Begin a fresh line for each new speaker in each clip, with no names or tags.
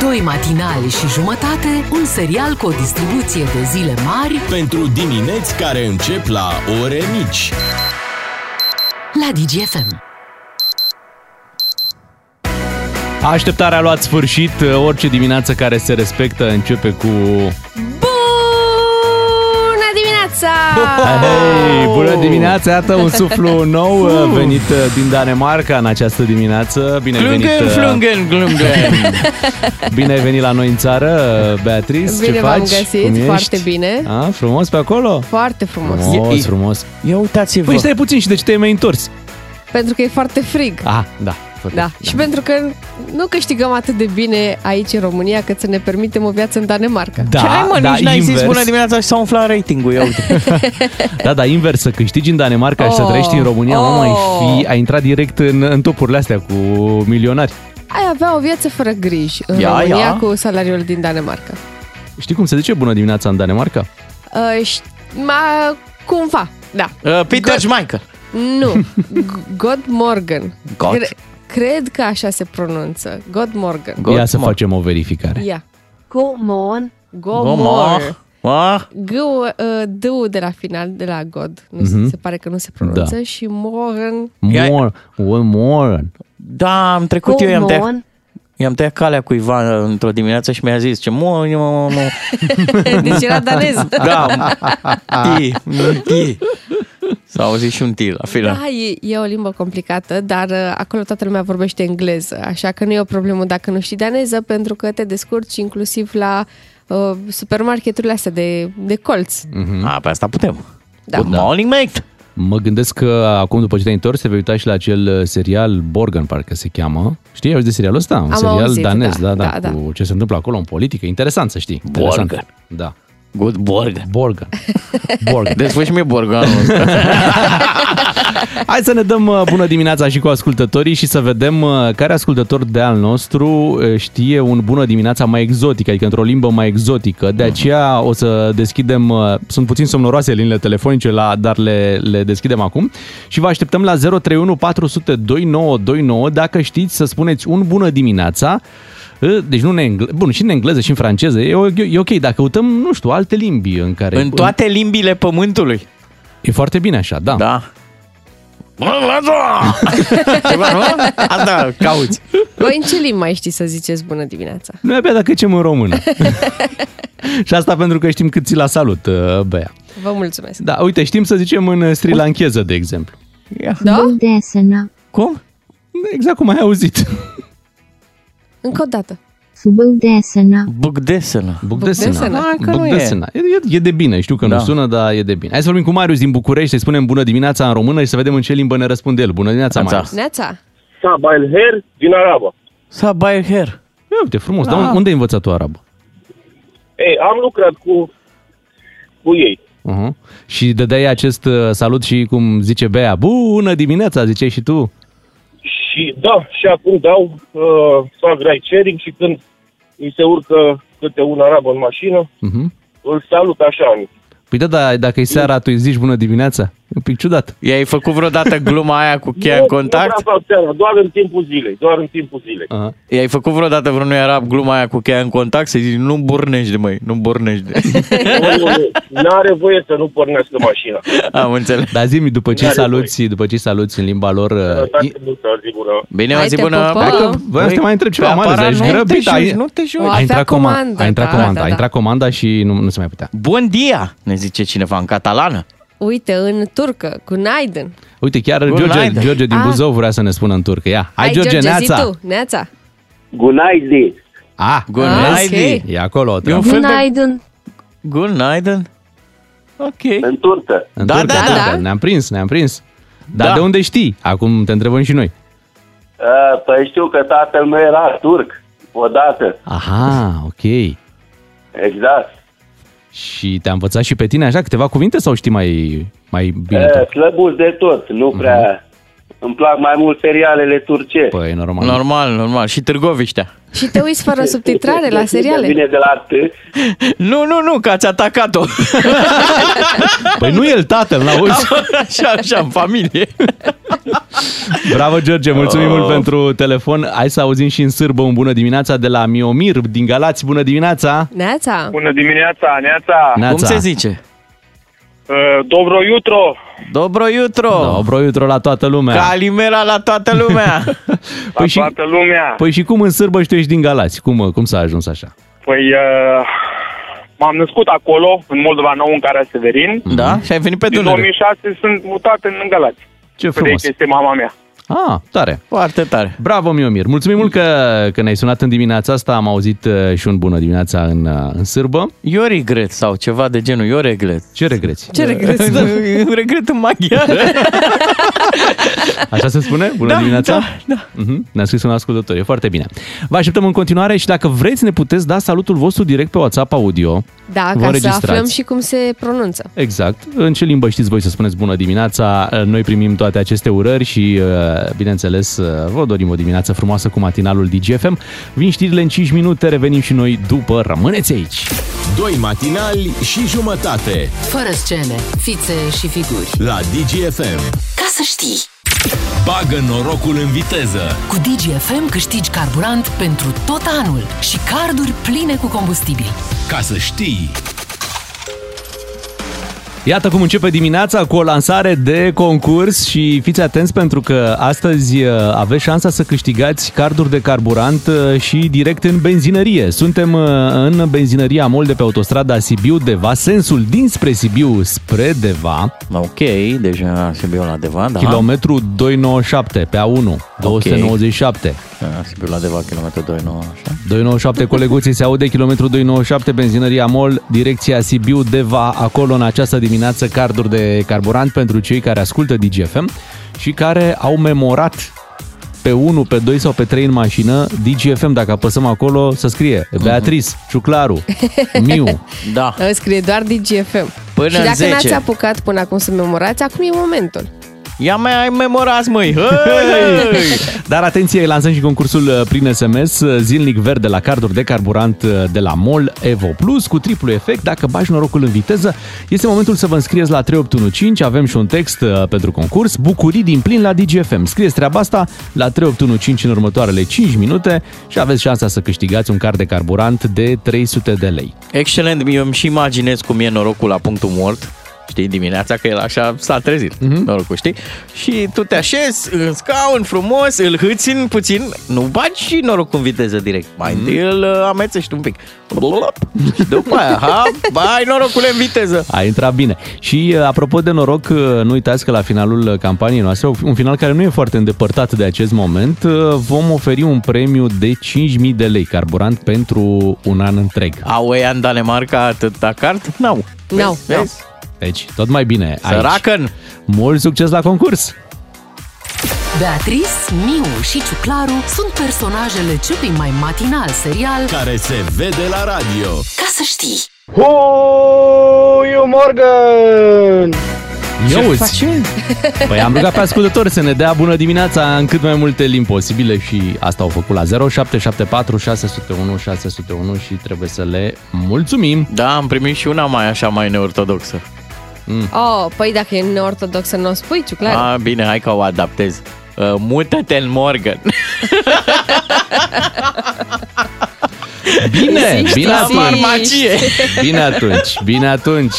Doi matinali și jumătate, un serial cu o distribuție de zile mari
Pentru dimineți care încep la ore mici.
la DGFM.
Așteptarea a luat sfârșit, uh, orice dimineață care se respectă începe cu...
Bună dimineața!
Hei, bună dimineața, iată un suflu nou uh, venit uh, din Danemarca în această dimineață. Bine ai venit, uh,
glungen.
bine ai venit la noi în țară, uh, Beatrice, ce
Bine
faci?
v-am găsit,
Cum ești?
foarte bine.
A, frumos pe acolo?
Foarte frumos.
Frumos,
E-
frumos.
Ia uitați-vă.
Păi stai puțin și de ce te-ai mai întors?
Pentru că e foarte frig.
Ah, da. foarte-
Da. Și pentru că nu câștigăm atât de bine aici în România cât să ne permitem o viață în Danemarca.
Da,
Hai mă,
da,
nici n-ai
invers.
zis bună dimineața și s-a umflat ratingul, ia uite.
Da, da, invers, să câștigi în Danemarca și să
Oh.
trăiești în România, mamă, ai,
Oh.
fi, ai intrat direct în, în topurile astea cu milionari.
Ai avea o viață fără griji în
Ia,
România
ia.
cu salariul din Danemarca.
Știi cum se zice bună dimineața în Danemarca?
Uh, și, ma, cumva, da.
Uh, Peter Schmeichel.
Nu. G- God Morgan.
God.
cred că așa se pronunță. God Morgan.
God,
Ia să
mă.
facem o verificare.
Ia.
Godmorgen.
Go,
Mă,
Mor.
mă, mă.
g d uh, de la final, de la God. Nu mm-hmm. se pare că nu se pronunță. Da. Și Morgan...
Ia-
More, one more.
Da, am trecut eu, i-am tăiat,
Godmorgen.
i-am tăiat calea cuiva uh, într-o dimineață și mi-a zis ce mă, mă, mă, mă.
Deci era danez.
Da, ti, ti. S-a auzit și un ti la final.
Da, e, e o limbă complicată, dar uh, acolo toată lumea vorbește engleză, așa că nu e o problemă dacă nu știi daneză, pentru că te descurci inclusiv la uh, supermarketurile astea de, de colț.
A, ah, pe asta putem.
Da.
Good
Da.
morning, mate!
Mhm. Mă gândesc că acum după ce te-ai întors te vei uita și la acel uh, serial Borgen, parcă se cheamă. Știi, auzi de serialul ăsta? Un
Am
serial
auzit,
danez,
da,
da, da,
da, da.
cu ce se întâmplă acolo în politică. Interesant să știi.
Borgen.
Interesant. Da.
Good Borgen.
Borgen. Borgen.
Deci fă și mie borganul ăsta.
Hai să ne dăm uh, bună dimineața și cu ascultătorii și să vedem uh, care ascultător de al nostru uh, știe un bună dimineața mai exotic, adică într-o limbă mai exotică.
Mm.
De aceea o să deschidem, uh, sunt puțin somnoroase liniile telefonice, la, dar le, le deschidem acum și vă așteptăm la 031 400 2929 dacă știți să spuneți un bună dimineața uh, deci nu în engle- bun, și în engleză și în franceză. E, o- e ok, dacă căutăm, nu știu, alte limbi în care...
În toate limbile pământului.
E foarte bine așa, da.
Da. Bună dimineața! Ceva, nu? Asta cauți.
Voi în ce limbă mai știi să ziceți bună dimineața?
Noi abia dacă zicem în română. și asta pentru că știm cât ți la salut, uh, Bea.
Vă mulțumesc.
Da, uite, știm să zicem în uh, Sri Lancheză, de exemplu.
Da?
Desena,
Cum?
Exact cum ai auzit.
Încă o dată.
subul desena,
Bugdesenă.
Bucdesena.
Hai că nu e.
Bucdesena. E, e, e de bine, știu că da.
Da.
nu sună, dar e de bine. Hai să vorbim cu Marius din București, să-i spunem bună dimineața în română și să vedem în ce limbă ne răspunde el. Bună dimineața,
Neața.
Marius.
Neața.
Sabail Her din Arabă.
Sabah her.
Ia uite, frumos, da. dar unde ai învățat tu arabă?
Ei, am lucrat cu, cu ei.
Uh-huh. Și dădeai acest uh, salut și cum zice Bea, bună dimineața, ziceai și tu.
Și da, și acum dau, uh, fac ride sharing și când îi se urcă câte un arab în mașină,
Uh-huh.
îl salut așa. în-
Păi da, dar dacă e seara, tu îi zici bună dimineața? E un pic ciudat.
I-ai făcut vreodată gluma aia cu cheia
Nu-
în
Nu
contact? Ah.
prea fac seara, doar în timpul zilei, doar în timpul zilei.
Aha.
I-ai făcut vreodată vreunui arab gluma aia cu cheia în contact? Să-i zici, nu bornești de măi, nu bornești de...
Nu, nu, nu, are voie să nu pornească mașina.
Am înțeles. Da,
Dar zi după ce
N-are
saluți, după ce saluți în limba lor...
Asta
Uh,
nu s-ar zicură.
Bine,
Hai
o zi
te
bună.
pupăm. Păi, Hai că
voiam să te mai întreb ceva, deci
Pe
Marius,
aparat
ești
nu te
grăbit, ai-
joci, Nu te joci.
O,
a
avea
intrat comanda,
comandă,
a intrat
da,
comanda,
da,
a
da.
intrat comanda și nu, nu se mai putea.
Bun dia, ne zice cineva în catalană.
Uite, în turcă, cu Naiden.
Uite, chiar
Good
George,
night.
George din
Ah.
Buzău vrea să ne spună în turcă. Ia, hai, George,
zi
neața!
tu. Neața.
Gunaidi.
Ah,
Good
Ah,
night.
ok.
e acolo,
E un
treabă.
fel de...
Godmorgen.
Good night. Ok.
În turcă.
În
Da,
turcă,
da,
în turcă.
da.
Ne-am prins, ne-am prins. Dar
Da.
de unde știi? Acum te întrebăm și noi.
Păi știu că tatăl meu era turc, odată.
Aha, ok.
Exact.
Și te-a învățat și pe tine așa câteva cuvinte sau știi mai, mai bine? da. Mhm. tot?
slăbuți Eh, de tot, nu prea... Îmi plac mai mult serialele turce.
Păi, normal.
Normal, normal. Și Târgoviștea.
Și te uiți fără subtitrare la seriale?
Vine de la T.
Nu, nu, nu, că ați atacat-o.
Păi nu el tatăl, la auzi?
așa, așa, în familie.
Bravo, George, mulțumim
Oh.
mult pentru telefon. Hai să auzim și în sârbă un bună dimineața de la Miomir din Galați. Bună dimineața!
Neața?
Bună dimineața, Neața.
Cum se zice?
Uh, Dobro jutro.
Dobro jutro! No.
Dobro jutro Da, la toată lumea!
Calimera la toată lumea!
La păi toată lumea.
Păi și cum în sârbă și tu ești din Galați? Cum, cum s-a ajuns așa?
Păi, uh, m-am născut acolo, în Moldova Nou, în care Severin.
da? Și ai venit pe
Din
Dunăre.
2006 sunt mutat în Galați.
Ce
Păi De
frumos!
aici este mama mea.
Ah, tare!
Foarte tare.
Bravo, Miomir! Mulțumim mult că, că ne-ai sunat în dimineața asta. Am auzit uh, și un bună dimineața în, uh, în sârbă.
Eu regret sau ceva de genul, eu regret.
Ce regreți?
Ce regret?
Da, eu regret în maghiară.
Așa se spune? Bună
Da,
dimineața?
da, da.
Mhm, Ne-a scris un ascultător, e foarte bine. Vă așteptăm în continuare și dacă vreți ne puteți da salutul vostru direct pe WhatsApp audio.
Da,
Vă
ca să
înregistrați.
aflăm și cum se pronunță.
Exact. În ce limbă știți voi să spuneți bună dimineața? Uh, Noi primim toate aceste urări și, uh, bineînțeles, uh, vă dorim o dimineață frumoasă cu matinalul DGFM. Vin știrile în 5 minute, revenim și noi după. Rămâneți aici!
Doi matinali și jumătate
Fără scene, fițe și figuri.
la DGFM.
Ca să știi!
Bagă norocul în viteză.
Cu DGFM câștigi carburant pentru tot anul și carduri pline cu combustibil.
Ca să știi.
Iată cum începe dimineața cu o lansare de concurs și fiți atenți pentru că astăzi uh, aveți șansa să câștigați carduri de carburant uh, și direct în benzinărie. Suntem uh, în benzinăria Mol de pe autostrada Sibiu-Deva, sensul dinspre Sibiu spre Deva,
ok, deja Sibiu la Deva, da.
kilometru 297 pe A1, 297.
Ah, Sibiu la Deva, kilometru 29, așa.
297 coleguții se aude, kilometru 297, benzinăria Mol, direcția Sibiu, Deva, acolo în această dimineață carduri de carburant pentru cei care ascultă DGFM și care au memorat pe 1, pe 2 sau pe 3 în mașină DGFM, dacă apăsăm acolo, să scrie Beatriz, Ciuclaru, Miu.
Da.
Îți Scrie doar DGFM.
Până
și
în
dacă
10.
n-ați apucat până acum să memorați, acum e momentul.
Ia mai ai memorați, măi! Hei!
Dar atenție, lansăm și concursul uh, prin SMS uh, zilnic verde la carduri de carburant uh, de la MOL Evo Plus cu triplu efect. Dacă bași norocul în viteză, este momentul să vă înscrieți la 3815. Avem și un text uh, pentru concurs. Bucurii din plin la DGFM. Scrieți treaba asta la 3815 în următoarele 5 minute și aveți șansa să câștigați un card de carburant de 300 de lei.
Excelent, eu îmi și imaginez cum e norocul la punctul mort știi, dimineața, că el așa s-a trezit,
Mhm.
mm-hmm. norocul, știi? Și tu te așezi în scaun frumos, îl hâțin puțin, nu bagi și norocul în viteză direct. Mai
Mhm.
întâi îl uh, amețești un pic. Blop. Și după aia, ha, bai norocul în viteză.
A intrat bine. Și uh, apropo de noroc, uh, nu uitați că la finalul uh, campaniei noastre, un final care nu e foarte îndepărtat de acest moment, uh, vom oferi un premiu de 5.000 de lei carburant pentru un an întreg.
Au ăia în Danemarca atâta card? N-au.
N-au,
Vezi? Vezi?
Deci, tot mai bine aici.
Săracăn.
Mult succes la concurs!
Beatriz, Miu și Ciuclaru sunt personajele celui mai matinal serial
Care se vede la radio.
Ca să știi!
Huiu Morgan!
Ia uzi! Păi am rugat pe ascultători să ne dea bună dimineața în cât mai multe limbi posibile și asta au făcut la 0774 601 601 și trebuie să le mulțumim!
Da, am primit și una mai așa, mai neortodoxă.
Oh, păi dacă e neortodoxă, nu o spui, ciuclar.
Ah.
A, bine, hai că o adaptez. Uh, mută-te în Morgan.
Bine!
Zici,
Bine
da,
atunci!
mă.
Farmacie.
Bine atunci, bine atunci.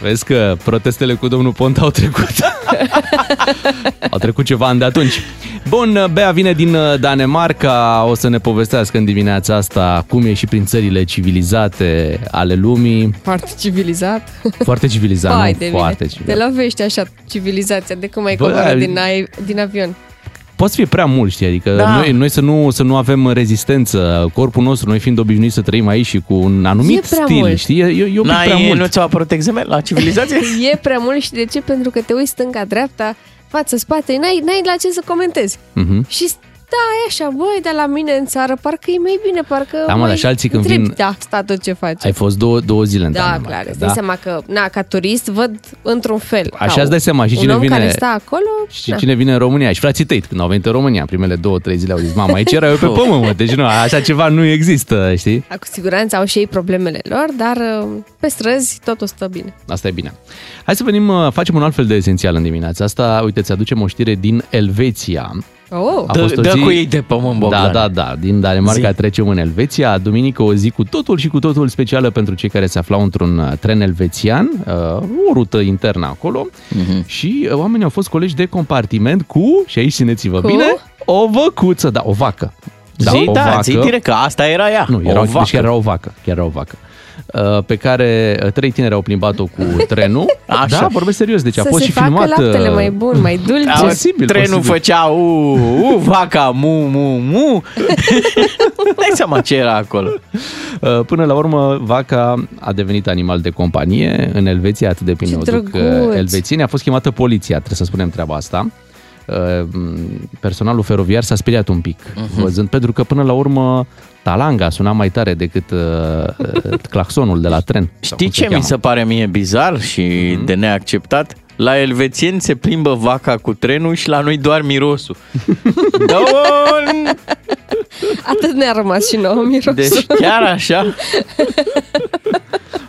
Vezi că protestele cu domnul Ponta au trecut. au trecut ceva ani de atunci. Bun, Bea vine din uh, Danemarca, o să ne povestească în dimineața asta cum e și prin țările civilizate ale lumii.
Foarte civilizat.
Foarte civilizat,
Hai
nu? Foarte civilizat.
Te lovești așa civilizația de cum ai
Bă,
coborât
ai-
din, ai, din avion.
Poți fi prea mult, știi, adică da.
Da.
noi, noi să, nu, să nu avem rezistență. Corpul nostru, noi fiind obișnuiți să trăim aici și cu un anumit
prea
stil,
mult.
știi, e, e, e un pic prea
N-ai,
mult.
nu ți-au apărut examen la civilizație?
E prea mult și de ce? Pentru că te uiți stânga, dreapta, față, spate, n-ai, n-ai la ce să comentezi.
Mhm.
Și Da, e așa, băi, dar la mine în țară parcă e mai bine, parcă...
Da, mă,
mai
dar și alții când
întrebi
vin-
de asta tot ce faci.
Ai fost două, două zile în
Da,
Danemarca,
clar, îți dai seama că, na, ca turist văd într-un fel.
Așa
Ca
îți dai seama și
un
cine
om
vine-
care stă acolo,
Și cine vine în România? Și frații tăi, când au venit în România, în primele două, trei zile au zis, mama, aici era eu pe
Oh.
pământ, mă, deci nu, așa ceva nu există, știi?
Da, cu siguranță au și ei problemele lor, dar uh, pe străzi totul stă bine.
Asta e bine. Hai să venim, uh, facem un alt fel de esențial în dimineața asta. Uite, ți aducem o știre din Elveția.
Oh,
A
Dă-
fost o
dă cu ei de pământ, Bogdan.
Da, da, da. Din Danemarca trecem în Elveția. Duminică o zi cu totul și cu totul specială pentru cei care se aflau într-un uh, tren elvețian, uh, o rută internă acolo.
Mhm.
Și uh, oamenii au fost colegi de compartiment cu, și aici țineți-vă
Cu?
bine, o văcuță, da, o vacă.
Da, zi, da, zi direct că asta era ea.
Nu, era o,
vacă.
deci chiar era o vacă, chiar era o vacă. Uh, Pe care uh, trei tineri au plimbat-o cu trenul.
Așa.
Da, vorbesc serios, deci a
să
fost
se
și
facă
filmat.
laptele
uh,
mai bun, mai dulce.
Au-
posibil,
trenul
posibil.
făcea u, u, vaca, mu, mu, mu. Dai seama ce era acolo.
Uh, Până la urmă, vaca a devenit animal de companie în Elveția, atât de bine
Ce
o duc uh,
drăguț!
elvețienii. A fost chemată poliția, trebuie să spunem treaba asta. Uh, m, Personalul feroviar s-a speriat un pic,
Mhm.
uh-huh. văzând, pentru că până la urmă talanga suna mai tare decât uh, uh, claxonul de la tren. sau
Știi
cum
ce mi
cheamă.
se pare mie bizar și
Mhm.
de neacceptat? La elvețieni se plimbă vaca cu trenul și la noi doar mirosul. Da, un...
Atât ne-a rămas și nouă mirosul.
Deci chiar așa?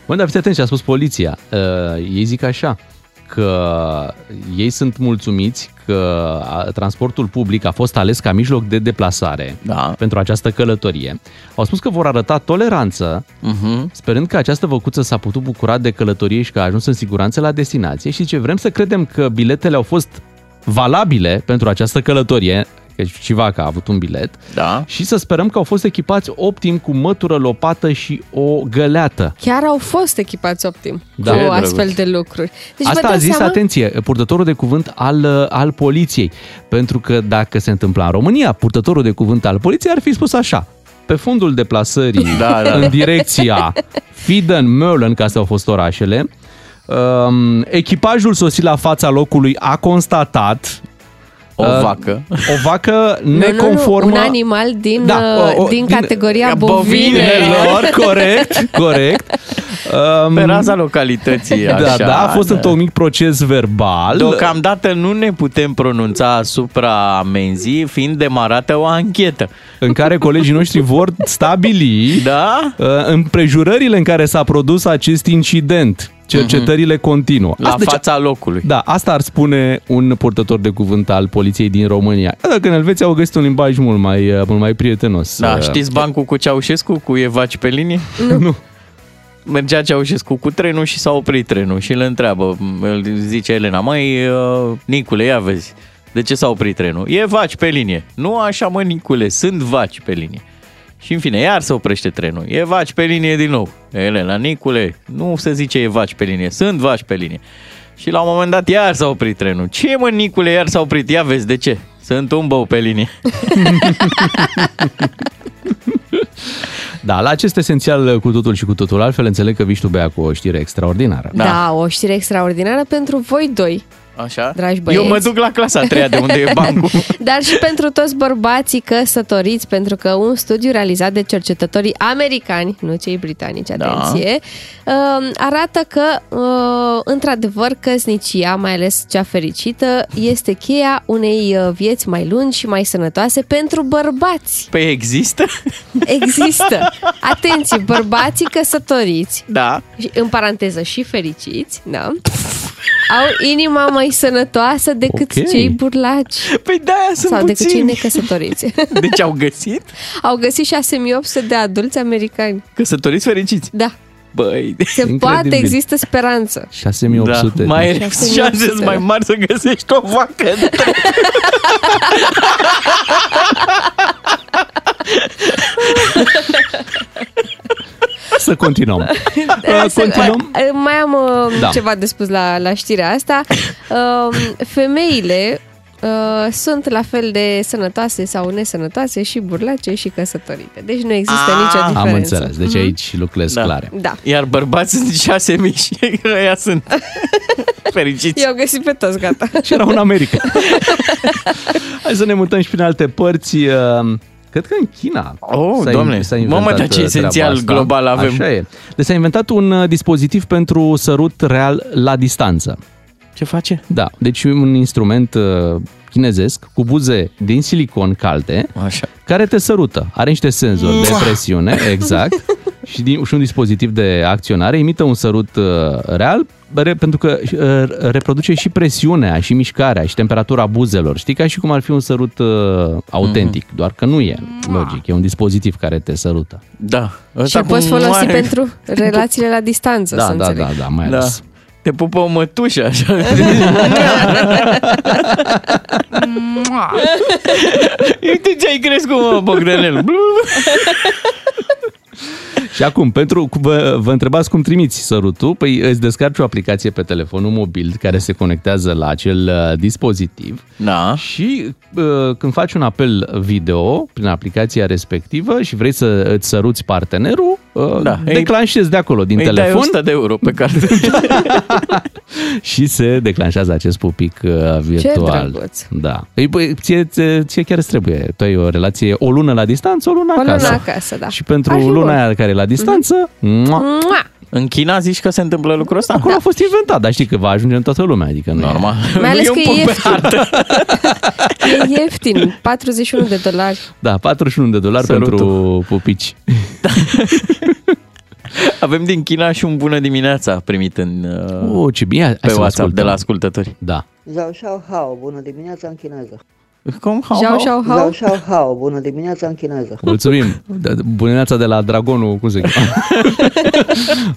Bă, dar fiți atenți ce a spus poliția. Uh, ei zic așa, că ei sunt mulțumiți că a- transportul public a fost ales ca mijloc de deplasare
Da.
pentru această călătorie. Au spus că vor arăta toleranță,
Uh-huh.
sperând că această văcuță s-a putut bucura de călătorie și că a ajuns în siguranță la destinație și ce vrem să credem că biletele au fost valabile pentru această călătorie, că și vaca a avut un bilet,
Da.
și să sperăm că au fost echipați optim cu mătură, lopată și o găleată.
Chiar au fost echipați optim da,
Da. Ce
cu
drăguț.
astfel de lucruri. Deci vă
Asta a
dați
zis,
seama?
atenție, purtătorul de cuvânt al, uh, al poliției. Pentru că dacă se întâmpla în România, purtătorul de cuvânt al poliției ar fi spus așa. Pe fundul deplasării,
Da, da.
în direcția Fiden, Möllen, ca să au fost orașele, um, echipajul sosit la fața locului a constatat
O
uh,
vacă.
o vacă
Nu,
neconformă
Nu, nu, un animal din, da, o, o, din, categoria bovine.
bovinelor, corect, corect. Um,
Pe raza localității,
da,
așa.
da, a fost da. într-un mic proces verbal.
Deocamdată nu ne putem pronunța asupra amenzii, fiind demarată o anchetă.
în care colegii noștri vor stabili
Da?
uh, împrejurările în care s-a produs acest incident. Cercetările continuă.
Mhm. La
deci-
fața locului.
da, asta ar spune un purtător de cuvânt al poliției din România. Dacă în Elveția au găsit un limbaj mult mai, uh, mult mai prietenos.
Da,
Uh,
știți bancul cu Ceaușescu, cu Evaci pe linie?
Nu.
Mergea Ceaușescu cu trenul și s-a oprit trenul și îl întreabă, îl zice Elena, mai Nicule, ia vezi, de ce s-a oprit trenul? E vaci pe linie. Nu așa, mă, Nicule, sunt vaci pe linie. Și în fine, iar se oprește trenul. E vaci pe linie din nou. Elena, Nicule, nu se zice e vaci pe linie, sunt vaci pe linie. Și la un moment dat iar s-a oprit trenul. Ce mă, Nicule, iar s-a oprit? Ia vezi, de ce? Sunt un bău pe linie.
Da, la acest esențial cu totul și cu totul altfel, înțeleg că vii și tu, Bea, cu o știre extraordinară.
Da. da, o știre extraordinară pentru voi doi,
Așa?
Dragi băieți.
Eu mă duc la clasa a treia de unde e bancul.
dar și pentru toți bărbații căsătoriți, pentru că un studiu realizat de cercetătorii americani, nu cei britanici, atenție, da. arată că, uh, într-adevăr, căsnicia, mai ales cea fericită, este cheia unei uh, vieți mai lungi și mai sănătoase pentru bărbați.
Păi există?
Există. Atenție, bărbații căsătoriți,
Da.
și, în paranteză și fericiți, da? au inima mai sănătoasă decât
Ok.
okay. cei burlaci
Păi da, sunt
sau decât cei
puțini.
necăsătoriți.
Deci au găsit
au găsit 6800 de adulți americani.
căsătoriți fericiți.
Da,
Băi,
se
Incredibil.
poate, există speranță.
6800.
Da, mai e
6800.
șanse mai mari să găsești o vacă. în tren.
Să continuăm.
Hai Da, să-
continuăm.
Mai, mai am
Da.
da. ceva de spus la, la știrea asta. Um, Femeile uh, sunt la fel de sănătoase sau nesănătoase și burlace și căsătorite. Deci nu există
Ah,
nicio
am
diferență. Mhm.
Am înțeles, deci aici lucrurile sunt
Da.
clare.
Da.
Iar bărbații sunt șase mii și ăia sunt fericiți.
I-au găsit pe toți, gata.
Și era în America. Hai să ne mutăm și prin alte părți. uh, Cred că în China.
Oh,
s-a in-
doamne.
s-a
Mamă,
inventat
dar ce
uh,
esențial
treaba asta.
global avem.
Așa e. Deci s-a inventat un uh, dispozitiv pentru sărut real la distanță.
Ce face?
Da, deci un instrument uh, chinezesc cu buze din silicon calde
Așa.
care te sărută. Are niște senzori de presiune, exact, și, din, și un dispozitiv de acționare imită un sărut uh, real re, pentru că uh, reproduce și presiunea, și mișcarea, și temperatura buzelor. Știi, ca și cum ar fi un sărut uh, autentic,
Mhm.
doar că nu e logic. E un dispozitiv care te sărută.
Da.
Și
Ăsta
îl
cu
poți folosi
mare-
pentru relațiile la distanță, să
Da, da,
înțeleg.
da, da, mai
Da.
ales.
Te pupă o mătușă, așa. Uite ce ai crescut, mă, Bogdanel.
Și acum, pentru cu- vă, vă întrebați cum trimiți sărutul, păi îți descarci o aplicație pe telefonul mobil care se conectează la acel uh, dispozitiv
Da.
și uh, când faci un apel video prin aplicația respectivă și vrei să îți săruți partenerul, uh,
Da.
da. declanșezi de acolo, din
Îi dai
telefon
100 de euro pe carte.
și se declanșează acest pupic uh, virtual.
drăguț.
da. Ei, băi, ție, ție, ție chiar îți trebuie. Tu ai o relație o lună la distanță, o lună
O lună
acasă.
acasă, da.
Și
Ar
pentru
fi bun.
luna aia care e la distanță, mua,
Mhm. Mua!
În China zici că se întâmplă lucrul ăsta?
Acolo a fost inventat, dar știi că va ajunge în toată lumea, adică nu e-
Normal.
Mai ales
Eu
că e
pun pe
ieftin.
hartă.
E ieftin, 41 de dolari.
Da, 41 de dolari
Sărutul.
pentru pupici.
Avem din China și un bună dimineața primit în, uh,
Oh, ce bine, hai
pe
să
WhatsApp de la
ascultăm.
ascultători.
Da.
Zhao Xiao Hao, bună dimineața în chineză.
Cum? Hau,
Jau,
hau?
jau,
Zhao
hau.
Xiao Hao, bună dimineața în chineză.
Mulțumim. Da, Bună dimineața de la Dragonul, cum se cheamă.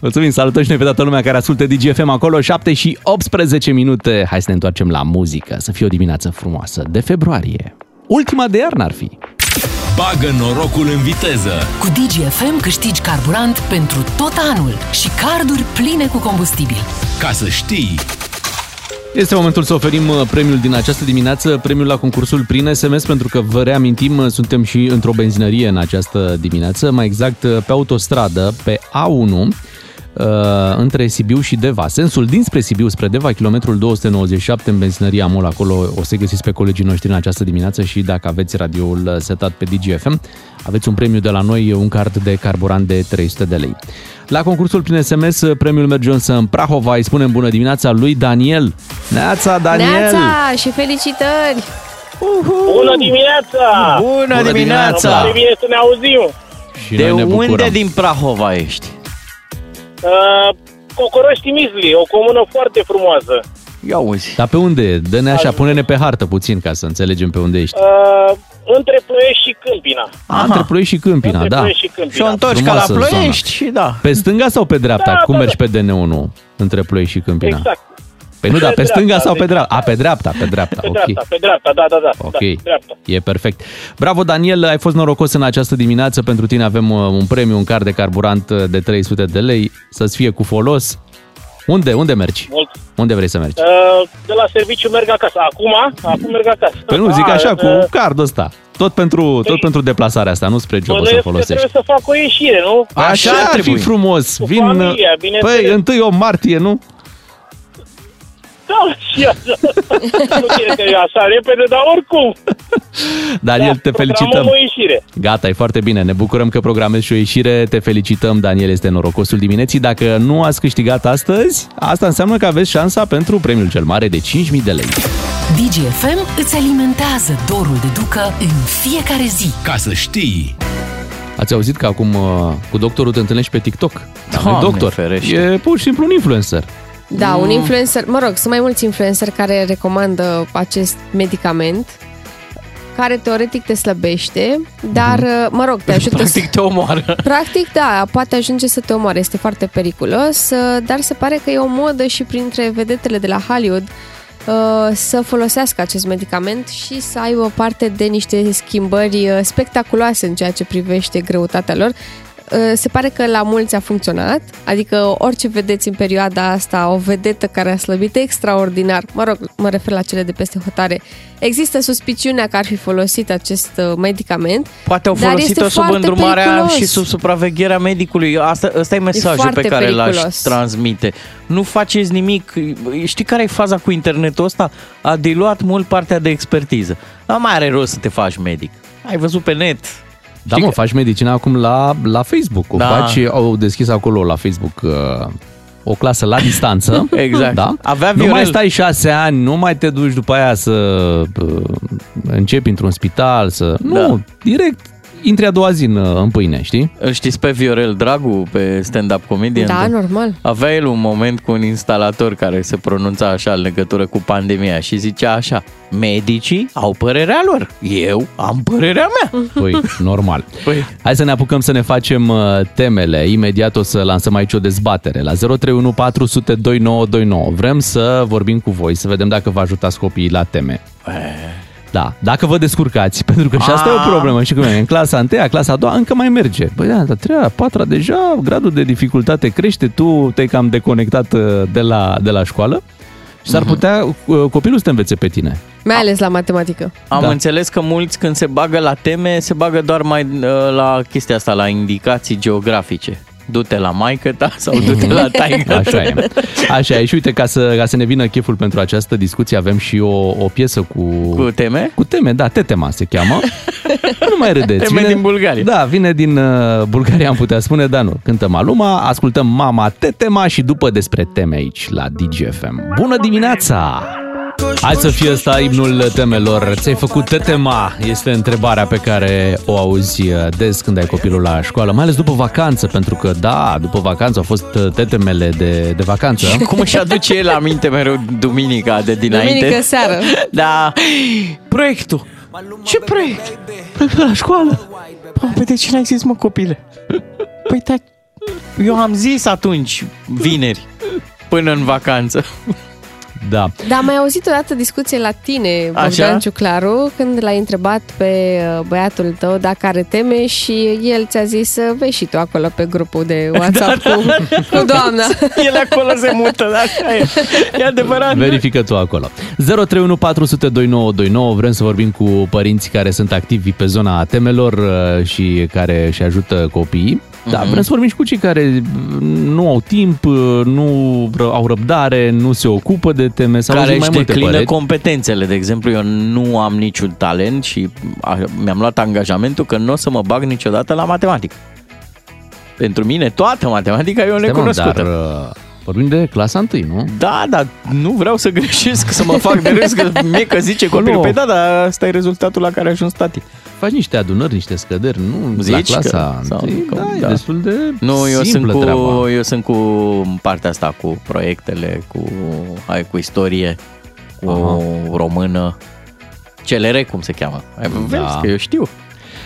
Mulțumim, salutăm și noi pe toată lumea care ascultă DGFM acolo, 7 și 18 minute. Hai să ne întoarcem la muzică, să fie o dimineață frumoasă de februarie. Ultima de iarnă ar fi.
Bagă norocul în viteză
Cu DGFM câștigi carburant pentru tot anul și carduri pline cu combustibil.
Ca să știi
Este momentul să oferim uh, premiul din această dimineață, premiul la concursul prin SMS, pentru că vă reamintim, uh, suntem și într-o benzinărie în această dimineață, mai exact uh, pe autostradă, pe A1, uh, între Sibiu și Deva. Sensul dinspre Sibiu spre Deva, kilometrul 297 în benzinăria Mol, acolo o să găsiți pe colegii noștri în această dimineață și dacă aveți radioul uh, setat pe DGFM, aveți un premiu de la noi, un card de carburant de 300 de lei. La concursul prin SMS, uh, premiul merge însă în Prahova, îi spunem bună dimineața lui Daniel. Neața, Daniel!
Neața și felicitări!
Bună dimineața!
Bună dimineața!
Bine să ne auzim!
Și
De
noi ne
unde
bucurăm.
din Prahova ești?
Uh, Cocoroști Mizli, o comună foarte frumoasă.
Ia uzi.
Dar pe unde e? Dă-ne așa, pune-ne pe hartă puțin ca să înțelegem pe unde ești.
Uh, între Ploiești și Câmpina.
Aha. Între Ploiești și Câmpina,
între
da.
Ploiești și
Și o
Câmpina.
întorci ca la
Frumoasă
ploiești și da.
Pe stânga sau pe dreapta?
Da,
Cum
da,
mergi pe DN1 între Ploiești și Câmpina?
Exact.
Păi nu, dar
Pe
pe stânga
dreapta,
sau pe
deci.
dreapta? A, pe dreapta, pe dreapta,
Pe
ok.
dreapta, pe dreapta, da, da, da.
Ok,
da dreapta.
e perfect. Bravo, Daniel, ai fost norocos în această dimineață. Pentru tine avem uh, un premiu, un card de carburant uh, de 300 de lei. Să-ți fie cu folos. Unde, unde mergi?
Mult.
Unde vrei să mergi?
Uh, de la serviciu merg acasă. Acum? Acum merg acasă.
Păi nu, zic
Ah,
așa,
uh,
cu cardul ăsta. Tot pentru,
Păi-
tot pentru deplasarea asta, nu spre job o
bănuiesc
să
că
folosești.
trebuie să fac o ieșire, nu?
Așa
Așa
ar
ar fi
trebui.
frumos.
Cu
Vin,
familia,
păi,
bineînțeles.
întâi o martie, nu?
Da, și așa. nu cred că e așa repede, dar oricum. Da,
Daniel, te felicităm.
Programăm o ieșire.
Gata, e foarte bine. Ne bucurăm că programezi și o ieșire. Te felicităm, Daniel este norocosul dimineții. Dacă nu ați câștigat astăzi, asta înseamnă că aveți șansa pentru premiul cel mare de 5.000 de lei.
DGFM îți alimentează dorul de ducă în fiecare zi.
Ca să știi
Ați auzit că acum uh, cu doctorul te întâlnești pe TikTok? Dar nu
Doamne
doctor,
ferește.
e pur și simplu un influencer.
Da, un influencer, mă rog, sunt mai mulți influenceri care recomandă acest medicament care teoretic te slăbește, dar, mă rog, te ajută să...
Practic te omoară.
Practic, da, poate ajunge să te omoare, este foarte periculos, uh, dar se pare că e o modă și printre vedetele de la Hollywood uh, să folosească acest medicament și să ă, aibă parte de niște schimbări uh, spectaculoase în ceea ce privește greutatea lor. uh, se pare că la mulți a funcționat, adică orice vedeți în perioada asta, o vedetă care a slăbit extraordinar, mă rog, mă refer la cele de peste hotare, există suspiciunea că ar fi folosit acest uh, medicament.
Poate au
dar
folosit-o
este
sub
foarte
îndrumarea
periculos.
și sub supravegherea medicului. Asta, ăsta e mesajul
foarte
pe care l-aș
periculos.
transmite. Nu faceți nimic. Știi care e faza cu internetul ăsta? A diluat mult partea de expertiză. Nu mai are rost să te faci medic. Ai văzut pe net.
Da, mă, faci medicina acum la, la Facebook. O
Da.
da. faci, au deschis acolo la Facebook uh, o clasă la distanță.
Exact.
Da?
Avea
nu
Viorel.
mai stai șase ani, nu mai te duci după aia să uh, începi într-un spital, să...
Da.
Nu, direct intri a doua zi în, uh, în pâine, știi?
Îl știți pe Viorel Dragu, pe stand-up comedian?
Da, normal.
Avea el un moment cu un instalator care se pronunța așa în legătură cu pandemia și zicea așa, medicii au părerea lor, eu am părerea mea.
Păi, normal.
Păi,
Hai să ne apucăm să ne facem uh, temele. Imediat o să lansăm aici o dezbatere la 031 400 2929. Vrem să vorbim cu voi, să vedem dacă vă ajutați copiii la teme. Da, dacă vă descurcați, pentru că și asta e
A.
o problemă, și cum e, în clasa 1, clasa 2, încă mai merge. Băi, da, dar 3 4 deja, gradul de dificultate crește, tu te-ai cam deconectat uh, de la, de la școală și
Mhm.
s-ar putea uh, copilul să te învețe pe tine.
Mai ales la matematică.
am da.
Da.
înțeles că mulți când se bagă la teme, se bagă doar mai uh, la chestia asta, la indicații geografice. Du-te la maică ta sau du-te la taică
Așa e. Așa e. Și uite, ca să, ca să ne vină cheful pentru această discuție, avem și o, o piesă cu...
cu teme.
cu teme, da, Tetema se cheamă. nu mai râdeți.
Teme din Bulgaria.
Da, vine din uh, Bulgaria, am putea spune, dar nu. Cântăm Aluma, ascultăm Mama Tetema și după despre teme aici la DGFM. Bună dimineața! Hai să fie ăsta imnul temelor. Ți-ai făcut tetema? Este întrebarea pe care o auzi uh, des când ai copilul la școală, mai ales după vacanță, pentru că, da, după vacanță au fost uh, tetemele de, de vacanță.
Cum își aduce el aminte mereu duminica de dinainte.
Duminică seară.
Da. Proiectul. Ce proiect? Proiectul la școală. Păi, păi de ce n-ai zis, mă, copile? Păi, da, eu am zis atunci, vineri, până în vacanță.
Da.
Dar am mai auzit odată discuție la tine,
Așa?
Bogdan Ciuclaru, când l-ai întrebat pe uh, băiatul tău dacă are teme și el ți-a zis să vei și tu acolo pe grupul de
Da.
WhatsApp cu, cu doamna.
Da, El acolo se mută, da, așa e. E adevărat.
Verifică tu acolo. 031 400 2929. Vrem să vorbim cu părinții care sunt activi pe zona temelor uh, și care își ajută copiii.
Mhm.
Da, vrem să vorbim și cu cei care uh, nu au timp, uh, nu ră- au răbdare, nu se ocupă de teme sau
care
mai
își
multe
declină
păreri.
competențele. De exemplu, eu nu am niciun talent și a, mi-am luat angajamentul că nu o să mă bag niciodată la matematică. Pentru mine, toată matematica e
Stai,
o
mă,
necunoscută.
Dar uh, vorbim de clasa 1, nu?
Da, dar nu vreau să greșesc, să mă fac de râs, că mie că zice copilul,
Nu.
pe da, dar asta e rezultatul la care a ajuns tati.
Faci niște adunări, niște scăderi, nu? la
Zici că-
clasa
sau-
întâi,
că-
da,
da.
e destul de
Nu, eu sunt,
simplă
cu,
treaba.
eu sunt cu partea asta, cu proiectele, cu, hai, cu istorie, cu
Aha.
română, CLR, cum se cheamă. Ai da. vezi că eu știu.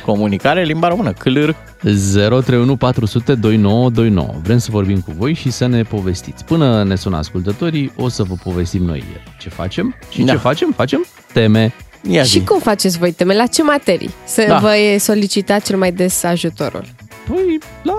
Comunicare, limba română, clr.
031 400 2929. Vrem să vorbim cu voi și să ne povestiți. Până ne sună ascultătorii, o să vă povestim noi ce facem și
Da.
da. ce facem? Facem teme.
Ia
și
zi.
cum faceți voi teme? La ce materii? Să
Da.
da. vă solicita cel mai des ajutorul.
Păi, la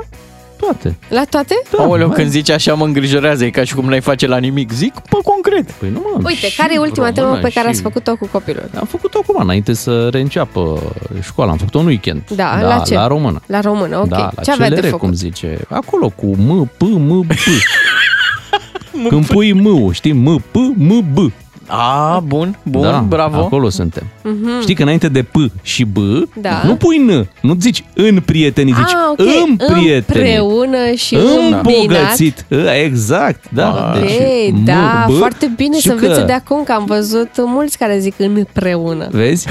toate.
La toate?
Da,
Aoleu,
mai-
când zici așa mă îngrijorează, e ca și cum n-ai face la nimic. Zic, pe concret.
Păi nu mă,
Uite,
și
care e ultima
română
temă pe care
și-
ați făcut-o cu copilul?
Am făcut-o acum, înainte să reînceapă școala. Am făcut-o în weekend.
Da, la ce?
La română.
La română, ok.
Da, la
ce avea de
CLR,
făcut?
cum zice. Acolo cu M, P, M, B. Când pui M, știi? M, P, M, B.
A, bun, bun,
da,
bravo.
acolo suntem. Uh-huh. Știi că înainte de P și B,
Mhm. Da.
nu pui N, nu zici în prietenii, zici
Ah, ok.
în prietenii.
Împreună și îmbinat.
Îmbogățit. Ă, Exact, da.
Ah.
Deci,
Ei,
M,
da,
B,
foarte bine
și
să învețe
că-
de acum, că am văzut mulți care zic împreună.
Vezi?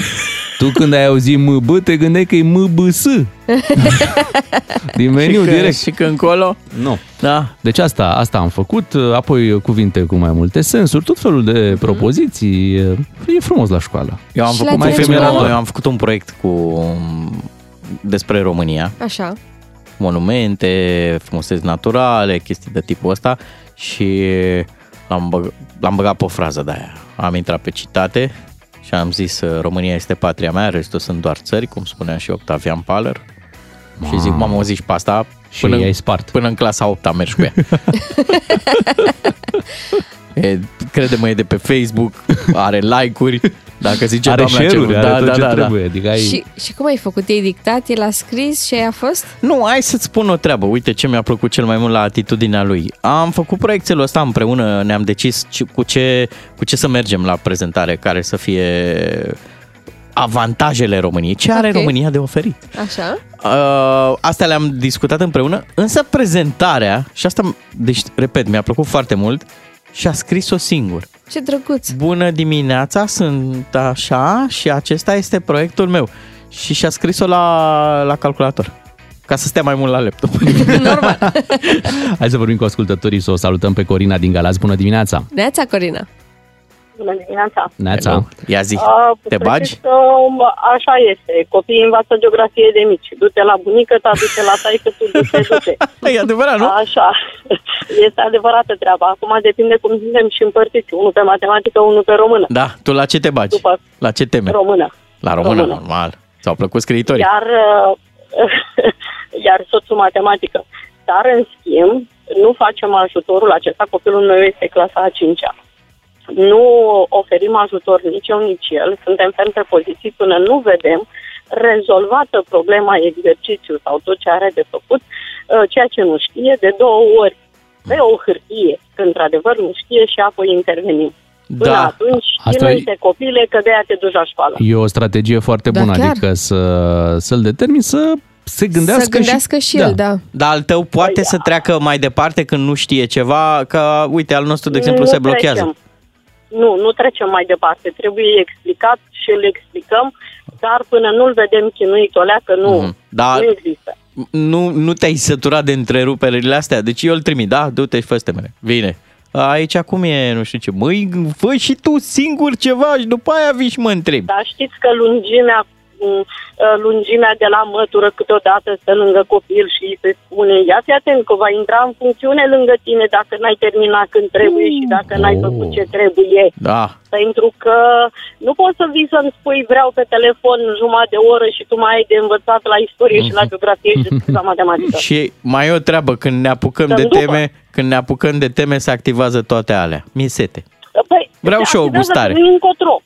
Tu când ai auzit MB, te gândeai că e MBS. Din
Și
meniu
că-
direct.
Și când încolo,
Nu.
da,
Deci asta, asta am făcut, apoi cuvinte cu mai multe sensuri, tot felul de propoziții. E frumos la școală.
Mhm. Eu am
Și
făcut
la
mai
tine
film
ce
era
mai
noi,
era?
am făcut un proiect cu um, despre România,
Așa.
monumente, frumuseți naturale, chestii de tipul ăsta și l-am, băg- l-am băgat pe o frază de aia. Am intrat pe citate și am zis uh, România este patria mea, restul sunt doar țări, cum spunea și Octavian Paler. Și zic, mamă, o zici pe asta
Și
până,
ai spart.
până în clasa 8 mergi cu ea. e, crede-mă, e de pe Facebook, are like-uri, dacă zice
Are
doamna Da,
share-uri,
cerul,
are tot ce trebuie. Adică ai...
Și, și cum ai făcut? Ai dictat, el a scris și a fost?
Nu, hai să-ți spun o treabă. Uite ce mi-a plăcut cel mai mult la atitudinea lui. Am făcut proiectelul ăsta împreună, ne-am decis ce- cu ce, cu ce să mergem la prezentare, care să fie avantajele României. Ce are
Ok.
România de oferit?
Așa?
Uh, astea le-am discutat împreună, însă prezentarea, și asta, deci, repet, mi-a plăcut foarte mult, și a scris-o singur.
Ce drăguț!
Bună dimineața, sunt așa și acesta este proiectul meu. Și și-a scris-o la, la calculator, ca să stea mai mult la laptop.
Normal.
Hai să vorbim cu ascultătorii, să o salutăm pe Corina din Galați. Bună dimineața!
Neața, Corina.
Bună dimineața!
Neața!
Ia zi,
A, păi,
te
cred
bagi?
Că, um, așa este. Copiii învață geografie de mici. Du-te la bunică, ta, du-te la taică, tu du-te, du-te.
E adevărat, nu?
Așa. Este adevărată treaba. Acum depinde cum suntem și împărțiți. Unul pe matematică, unul pe română.
Da, tu la ce te bagi?
După
La ce teme?
română.
La română,
română.
normal. Ți-au plăcut scriitorii?
Iar, uh, iar soțul matematică. Dar, în schimb, nu facem ajutorul acesta. Copilul meu este clasa a 5-a. Nu oferim ajutor nici eu, nici el. Suntem ferm pe poziții până nu vedem rezolvată problema exercițiu sau tot ce are de făcut, uh, ceea ce nu știe, de două ori pe o hârtie, când într-adevăr nu știe și apoi intervenim. Până
Da.
atunci,
Asta e-
chinuite copile că de aia te duci la școală.
E o strategie foarte
Da,
bună,
chiar.
adică să, să-l determin să se gândească,
să gândească și, el, da.
Dar al tău poate
Păi,
să treacă mai departe când nu știe ceva, că, uite, al nostru, de exemplu,
nu
se blochează.
Trecem. Nu, nu trecem mai departe. Trebuie explicat și îl explicăm, dar până nu-l vedem chinuit o leacă, nu,
Mhm. Dar-
nu există.
nu, nu te-ai săturat de întreruperile astea. Deci eu îl trimit, da, du-te și fă temele. Vine. Aici acum e nu știu ce. Măi, fă și tu singur ceva și după aia vii și mă întrebi.
Dar știți că lungimea m, lungimea de la mătură câteodată stă lângă copil și îi se spune ia fi atent că va intra în funcțiune lângă tine dacă n-ai terminat când trebuie și dacă n-ai
Oh.
făcut ce trebuie.
Da.
Pentru că nu poți să vii să-mi spui vreau pe telefon jumătate de oră și tu mai ai de învățat la istorie și la geografie și la matematică.
Da. Și mai e o treabă, când ne apucăm
Dăm
de
după.
teme, când ne apucăm de teme se activează toate alea. Mi-e sete.
Păi,
Vreau
se
și eu o
activează
gustare.
din Încotro.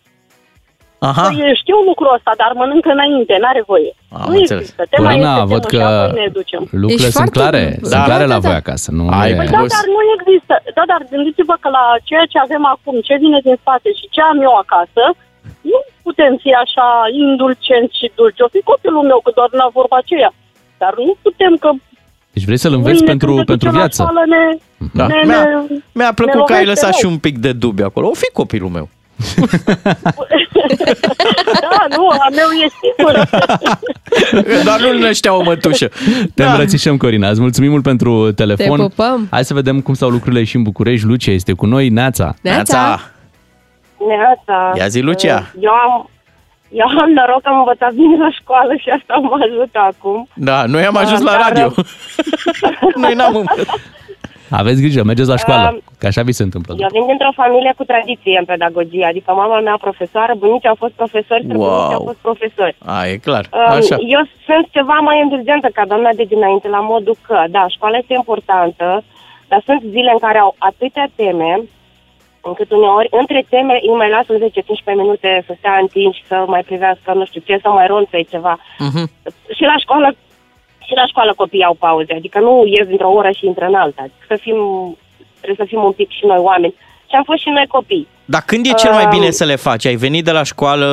Aha.
Păi, știu lucrul ăsta, dar mănâncă înainte, n-are voie.
Am
nu
înțeles.
există. Te mai
Corina,
este
văd
temă și
că
apoi ne ducem.
lucrurile
Ești
sunt
foarte
clare,
bună.
sunt
Da.
clare
Da,
la
da,
voi
da.
acasă. Nu
Hai,
e-
băi,
Da,
Boss.
dar nu există. Da, dar gândiți-vă că la ceea ce avem acum, ce vine din spate și ce am eu acasă, nu putem fi așa indulgenți și dulci. O fi copilul meu, că doar la vorba aceea. Dar nu putem că
Deci vrei să-l înveți
mâine
pentru,
când te
pentru
ducem la
viață.
școală ne,
Da.
ne, ne,
Mi-a, mi-a plăcut că ai
lovește
lăsat
rău.
și un pic de dubiu acolo. O fi copilul meu.
Da, nu, a meu e sigur.
Dar nu-l năștea o mătușă.
Te îmbrățișăm, Corina. Îți mulțumim mult pentru telefon.
Te pupăm.
Hai să vedem cum stau lucrurile și în București. Lucia este cu noi, Neața.
Neața!
Neața. Uh,
Ia zi, Lucia.
Eu am, eu am noroc că am învățat bine la școală și asta mă ajută acum.
Da, noi am ajuns la
dar-
radio. noi n-am învățat.
Aveți grijă, mergeți la școală,
Um,
că așa vi se întâmplă.
Eu vin dintr-o familie cu tradiție în pedagogie, adică mama mea profesoară, bunicii au fost profesori,
Wow.
străbunicii au fost profesori.
A, e clar.
Um,
Așa.
Eu sunt ceva mai indulgentă ca doamna de dinainte, la modul că, da, școala este importantă, dar sunt zile în care au atâtea teme, încât uneori, între teme, îi mai las 10-15 minute să stea întinși, să mai privească, nu știu ce, să mai ronțe ceva.
Mhm.
Și la școală și la școală copiii au pauze, adică nu ies dintr-o oră și intră în alta. Adică să fim, trebuie să fim un pic și noi oameni. Și am fost și noi copii.
Dar când e cel mai
Um,
bine să le faci? Ai venit de la școală,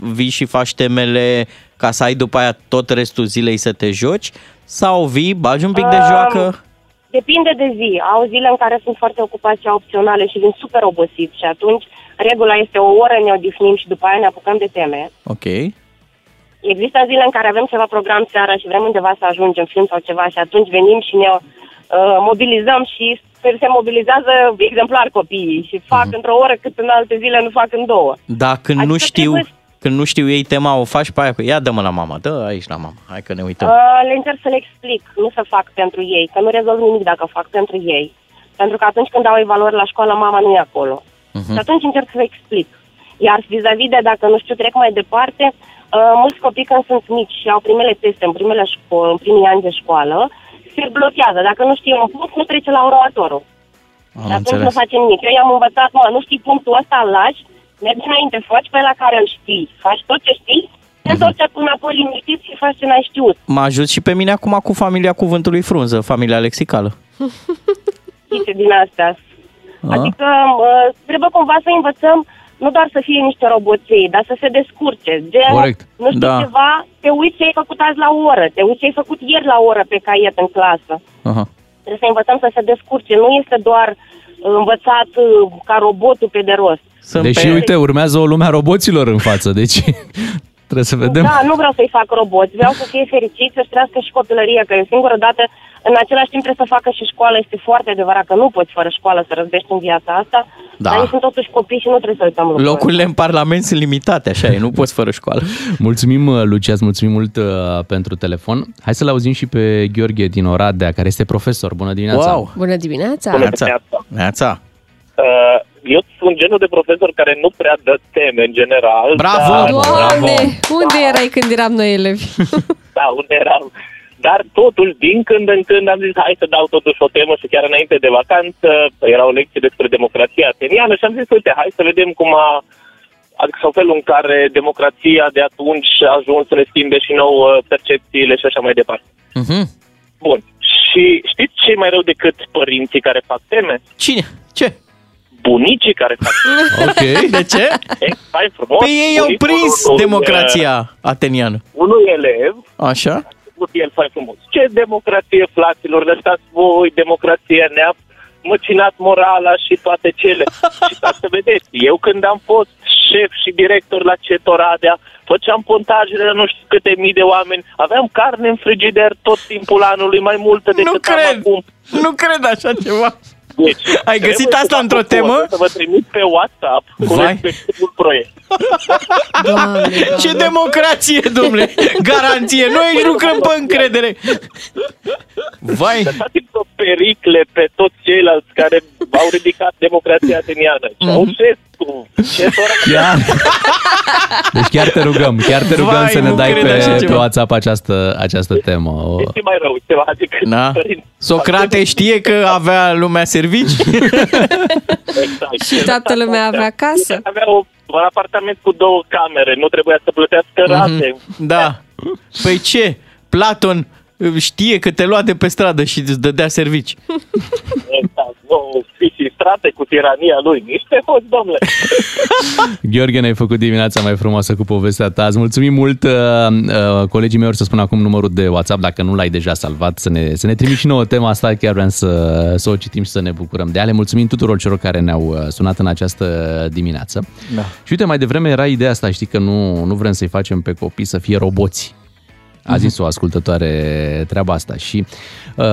vii și faci temele ca să ai după aia tot restul zilei să te joci? Sau vii, bagi un pic de
Um,
joacă?
Depinde de zi. Au zile în care sunt foarte ocupați și au opționale și vin super obosiți și atunci regula este o oră ne odihnim și după aia ne apucăm de teme.
Ok.
Există zile în care avem ceva program seara și vrem undeva să ajungem, film sau ceva și atunci venim și ne uh, mobilizăm și se- se mobilizează exemplar copiii și fac într-o oră cât în alte zile nu fac în două.
Dar Da, când
Adică
nu știu...
trebuie-
Când nu știu ei tema, o faci pe aia cu ia dă-mă la mama, dă aici la mama, hai că ne uităm.
Ah.
Uh, le încerc să le explic, nu să fac pentru ei, că nu rezolv nimic dacă fac pentru ei. Pentru că atunci când dau evaluări la școală, mama nu e
Mhm.
acolo. Uh-huh. Și atunci încerc să le explic. Iar vis-a-vis de dacă, nu știu, trec mai departe, Uh, mulți copii când sunt mici și au primele teste în, primele șco- în primii ani de școală, se blochează. Dacă nu știe un punct, nu trece la următorul.
Am
și atunci
înțeles.
nu facem nimic. Eu i-am învățat, mă, nu știi punctul ăsta, îl lași, mergi înainte, faci pe la care îl știi. Faci tot ce știi, te
Mhm.
întorci acum înapoi liniștit și faci ce n-ai știut.
M-a ajut și pe mine acum cu familia cuvântului frunză, familia lexicală.
chestii din astea.
A?
Adică uh, trebuie cumva să învățăm nu doar să fie niște roboței, dar să se descurce. Gen,
Corect.
nu știu
Da.
ceva, te uiți ce ai făcut azi la o oră, te uiți ce ai făcut ieri la o oră pe caiet în clasă.
Aha.
Trebuie să învățăm să se descurce. Nu este doar învățat uh, ca robotul pe de rost.
Sunt
Deși,
pe-
uite, urmează o lume a roboților în față, deci trebuie să vedem.
Da, nu vreau să-i fac roboți, vreau să fie fericiți, să-și trăiască și copilăria, că e o singură dată, în același timp trebuie să facă și școală, este foarte adevărat că nu poți fără școală să răzbești în viața asta,
Da.
dar ei sunt totuși copii și nu trebuie să uităm lucrul ăsta.
Locurile în Parlament sunt limitate, așa e, nu poți fără școală.
Mulțumim, Lucia, îți mulțumim mult uh, pentru telefon. Hai să-l auzim și pe Gheorghe din Oradea, care este profesor. Bună dimineața!
Wow!
Bună dimineața!
Neața!
Uh, Eu sunt genul de profesor care nu prea dă teme în general. dar-
Doamne, unde erai când eram noi elevi?
Da, unde eram. Dar totuși, din când în când am zis, hai să dau totuși o temă și chiar înainte de vacanță era o lecție despre democrația ateniană și am zis, uite, hai să vedem cum a adică sau felul în care democrația de atunci a ajuns să ne schimbe și nouă percepțiile și așa mai departe.
Mhm.
Bun. Și știți ce e mai rău decât părinții care fac teme?
Cine? Ce?
Bunicii care fac teme.
Ok. De ce?
E, Hai frumos.
Pe Păi ei au
bunicul
prins
unui, uh,
democrația ateniană.
Unui elev
Așa?
cu el foarte frumos. Ce democrație, fraților, lăsați voi, democrație ne-a măcinat morala și toate cele. și ca să vedeți, eu când am fost șef și director la Cetoradea, făceam pontajele la nu știu câte mii de oameni, aveam carne în frigider tot timpul anului, mai multă decât am
cred.
acum.
Nu cred așa ceva.
Deci,
Ai găsit
trebuie
asta
să vă
într-o
fac o
temă?
poză, Să vă trimit pe WhatsApp cu
Vai.
respectivul proiect.
Doamne, doamne.
Ce democrație, domnule! Garanție! Noi aici lucrăm pe încredere! Vai!
Lăsați-vă pericle pe toți ceilalți care au ridicat democrația ateniană.
Mhm.
Ceaușescu, ce
Chiar. Deci chiar te rugăm, chiar te rugăm
Vai,
să ne
nu
dai
cred așa
pe, pe
ceva.
WhatsApp această, această temă. O-
E mai rău, ceva, adică
Na?
părinți.
Socrate știe că avea lumea servici?
Exact.
Și toată lumea avea casă.
Avea o, un apartament cu două camere, nu trebuia să
Mhm.
plătească rate.
Da. Păi ce? Platon știe că te lua de pe stradă și îți dădea servici.
Exact. Nu, fi și strate cu tirania lui. Niște hoți, domnule.
Gheorghe, ne-ai făcut dimineața mai frumoasă cu povestea ta. Îți mulțumim mult. uh, uh, Colegii mei or să spun acum numărul de WhatsApp, dacă nu l-ai deja salvat, să ne, să ne trimiți și nouă tema asta. Chiar vrem să, să o citim și să ne bucurăm de ea. Le mulțumim tuturor celor care ne-au uh, sunat în această dimineață. Da. Și uite, mai devreme era ideea asta, știi că nu, nu vrem să-i facem pe copii să fie roboți. A zis o ascultătoare treaba asta și uh,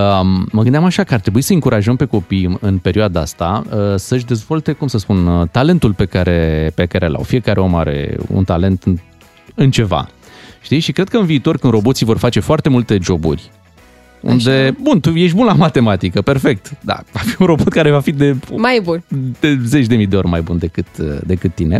mă gândeam așa că ar trebui să încurajăm pe copii în- în perioada asta uh, să-și dezvolte, cum să spun, uh, talentul pe care, pe care l-au. Fiecare om are un talent în, în ceva. Știi? Și cred că în viitor, când roboții vor face foarte multe joburi, unde, așa. bun, tu ești bun la matematică, perfect, da, va fi un robot care va fi de
Mai bun.
de zeci de mii de ori mai bun decât, uh, decât tine.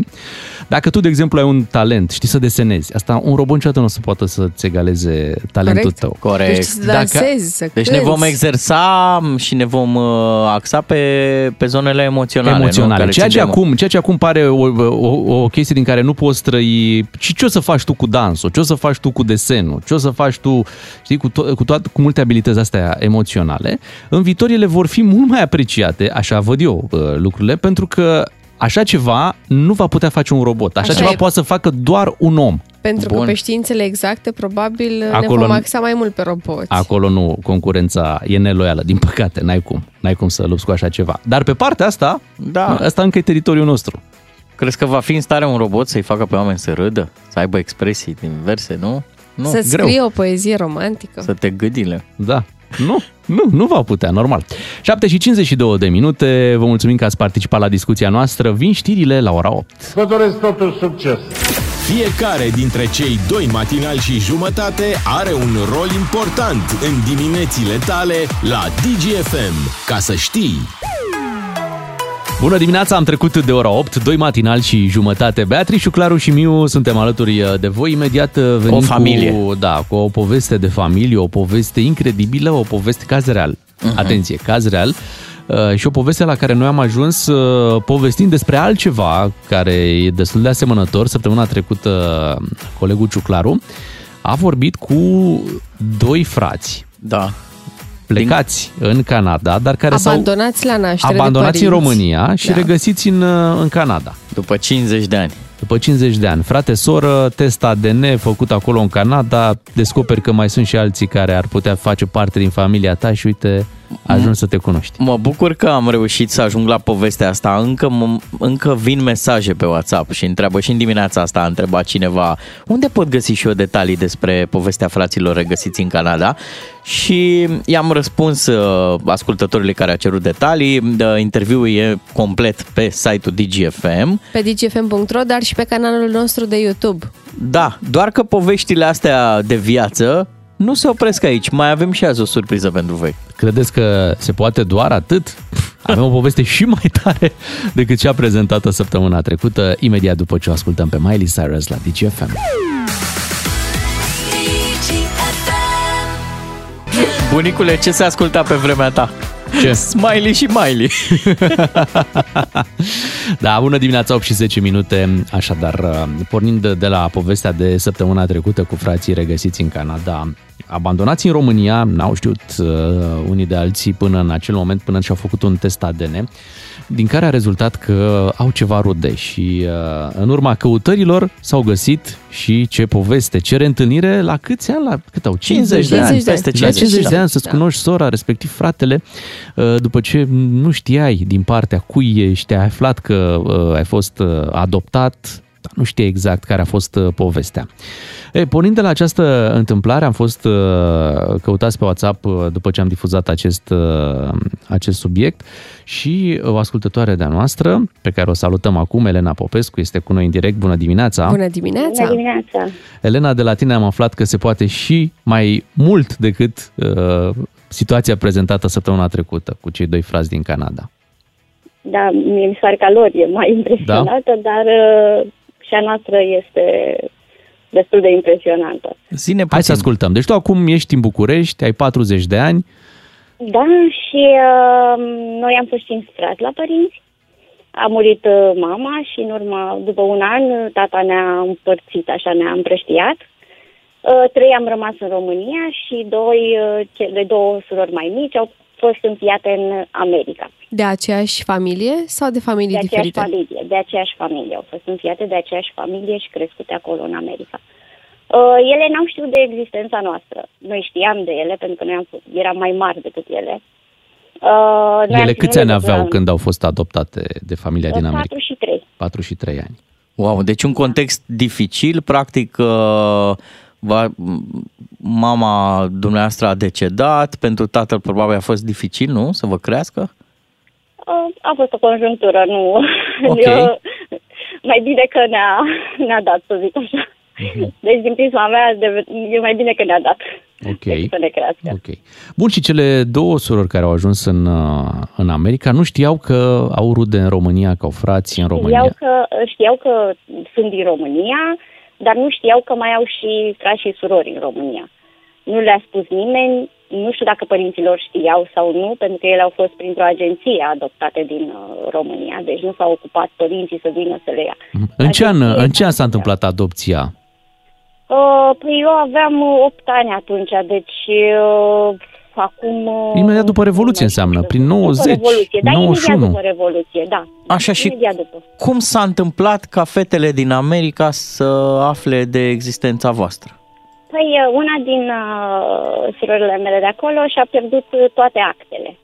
Dacă tu, de exemplu, ai un talent, știi să desenezi, asta un robot niciodată nu o să poată să-ți egaleze talentul
Corect.
tău.
Corect.
Deci să dansezi, să
Deci ne
cânti.
vom exersa și ne vom uh, axa pe, pe zonele emoționale. nu?
Emoționale.
Care
Ceea ce,
țin de emo-
acum, ceea ce acum pare o, o, o chestie din care nu poți trăi. Și ce o să faci tu cu dansul? Ce o să faci tu cu desenul? Ce o să faci tu, știi, cu, to- cu, toate, cu multe abilități astea emoționale? În viitor ele vor fi mult mai apreciate, așa văd eu uh, lucrurile, pentru că așa ceva nu va putea face un robot. Așa,
Așa
așa ceva
e.
poate să facă doar un om.
Pentru
Bun.
că pe științele exacte, probabil,
Acolo
ne vom
nu-
axa mai mult pe roboți.
Acolo nu, concurența e neloială, din păcate, n-ai cum. N-ai cum să lupți cu așa ceva. Dar pe partea asta,
Da.
asta încă e teritoriul nostru.
Crezi că va fi în stare un robot să-i facă pe oameni să râdă? Să aibă expresii diverse, nu? Nu,
să
greu.
scrie o poezie romantică.
Să te gâdile.
Da. Nu, nu, nu va putea, normal. 7 și 52 de minute, vă mulțumim că ați participat la discuția noastră. Vin știrile la ora 8.
Vă doresc totul succes!
Fiecare dintre cei doi matinali și jumătate are un rol important în diminețile tale la DGFM. Ca să știi!
Bună dimineața, am trecut de ora 8, 2 matinal și jumătate. Beatrice, Claru și Miu suntem alături de voi. Imediat uh, venim
O familie.
Cu, da, cu o poveste de familie, o poveste incredibilă, o poveste caz real. Uh-huh.
Mhm.
Atenție, caz real. Uh, Și o poveste la care noi am ajuns uh, povestind despre altceva care e destul de asemănător. Săptămâna trecută, uh, colegul Ciuclaru a vorbit cu doi frați.
Da.
Plecați Din... în Canada, dar care s-au
Abandonați la naștere
abandonați
de
în
părinți.
România și da.
Da.
regăsiți în, uh, în Canada.
După 50 de ani.
După 50 de ani. Frate, soră, test ADN făcut acolo în Canada, descoperi că mai sunt și alții care ar putea face parte din familia ta și uite, ajungi să te cunoști.
Mă bucur că am reușit să ajung la povestea asta. Încă, mă- încă vin mesaje pe WhatsApp și întreabă și în dimineața asta a întrebat cineva unde pot găsi și eu detalii despre povestea fraților regăsiți în Canada și i-am răspuns uh, ascultătorului care a cerut detalii. Uh, Interviul e complet pe site-ul DGFM.
Pe dgfm.ro, dar și pe canalul nostru de YouTube.
Da, doar că poveștile astea de viață nu se opresc aici. Mai avem și azi o surpriză pentru voi.
Credeți că Uh, se poate doar atât? Avem o poveste și mai tare decât cea prezentată săptămâna trecută, imediat după ce o ascultăm pe Miley Cyrus la DGFM.
Bunicule, ce se asculta pe vremea ta?
Ce?
Smiley și Miley.
Da, bună dimineața, 8 și 10 minute. Așadar, uh, pornind de- de la povestea de săptămâna trecută cu frații regăsiți în Canada, abandonați în România, n-au știut uh, unii de alții până în acel moment, până și-au făcut un test ADN, din care a rezultat că au ceva rude și uh, în urma căutărilor s-au găsit și ce poveste, ce reîntâlnire, la câți ani, la cât au? 50,
50 de ani,
Peste
peste
50, la 50 de ani să-ți
Da.
cunoști sora, respectiv fratele, uh, după ce nu știai din partea cui ești, ai aflat că uh, ai fost uh, adoptat, dar nu știi exact care a fost uh, povestea. E, pornind de la această întâmplare, am fost uh, căutați pe WhatsApp uh, după ce am difuzat acest, uh, acest subiect și uh, o ascultătoare de-a noastră, pe care o salutăm acum, Elena Popescu, este cu noi în direct. Bună dimineața!
Da.
Bună dimineața!
Bună dimineața!
Elena, de la tine am aflat că se poate și mai mult decât uh, situația prezentată săptămâna trecută cu cei doi frați din Canada.
Da, mie mi se pare că lor e mai impresionată, da. dar uh, și a noastră este destul de impresionantă.
Zine
Hai să ascultăm. Deci tu acum ești în București, ai 40 de ani.
Da, și uh, noi am fost înstrați la părinți. A murit uh, mama și în urmă, după un an, tata ne-a împărțit, așa ne-a împrăștiat. Uh, trei am rămas în România și doi, uh, cele două surori mai mici au fost înfiate în America.
De aceeași familie sau de familii
de aceeași
diferite?
familie, de aceeași familie. Au fost înfiate de aceeași familie și crescute acolo în America. Uh, ele n-au știut de existența noastră. Noi știam de ele pentru că noi am, f- eram mai mari decât ele. Uh, noi am
Ele
ținut
câți ani
legătura
aveau
în-
când au fost adoptate de familia
da.
din America?
43.
43 ani.
Wow, deci un context dificil, practic uh, va, mama dumneavoastră a decedat, pentru tatăl probabil a fost dificil, nu? Să vă crească?
Uh, a fost o conjunctură, nu.
Ok.
Eu, mai bine că ne-a, ne-a dat, să zic așa. Deci, din prisma mea, de, e mai bine că ne-a dat
Ok.
să ne crească.
Ok. Bun, și cele două surori care au ajuns în, uh, în America nu știau că au rude în România, că au frați în
Știau
România.
că, știau că sunt din România, dar nu știau că mai au și frați și surori în România. Nu le-a spus nimeni, nu știu dacă părinții lor știau sau nu, pentru că ele au fost printr-o agenție adoptate din uh, România, deci nu s-au ocupat părinții să vină să le ia.
În ce an, în ce an s-a întâmplat adopția?
Uh, păi eu aveam uh, 8 ani atunci, deci uh, acum... uh,
Imediat după Revoluție înseamnă, prin
după
90,
Revoluție, da, imediat
91.
după Revoluție, da.
Așa și
Imediat după.
cum s-a întâmplat ca fetele din America să afle de existența voastră?
Păi, uh, una din uh, surorile mele de acolo și-a pierdut uh, toate actele.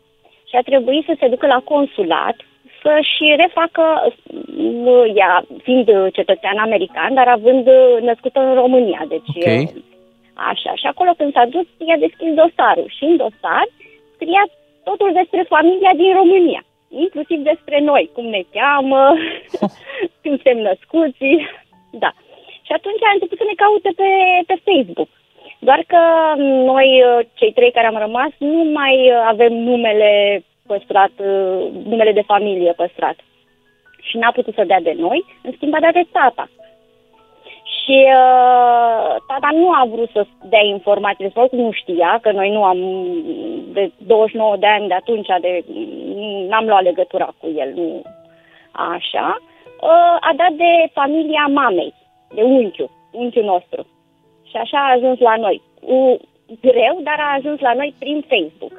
Și a trebuit să se ducă la consulat să-și refacă, uh, ea fiind uh, cetățean american, dar având uh, născută în România, deci
Ok.
uh, așa. Și acolo când s-a dus, i-a deschis dosarul și în dosar scria totul despre familia din România, inclusiv despre noi, cum ne cheamă, când suntem născuți, da. Și atunci a început să ne caute pe, pe Facebook. Doar că noi, cei trei care am rămas, nu mai avem numele păstrat, uh, numele de familie păstrat. Și n-a putut să dea de noi, în schimb a dat de tata. Și uh, tata nu a vrut să dea informații despre oricum nu știa, că noi nu am, de 29 de ani de atunci, de, n-am luat legătura cu el, nu, așa. Uh, a dat de familia mamei, de unchiu, unchiul nostru. Și așa a ajuns la noi. U, greu, dar a ajuns la noi prin Facebook.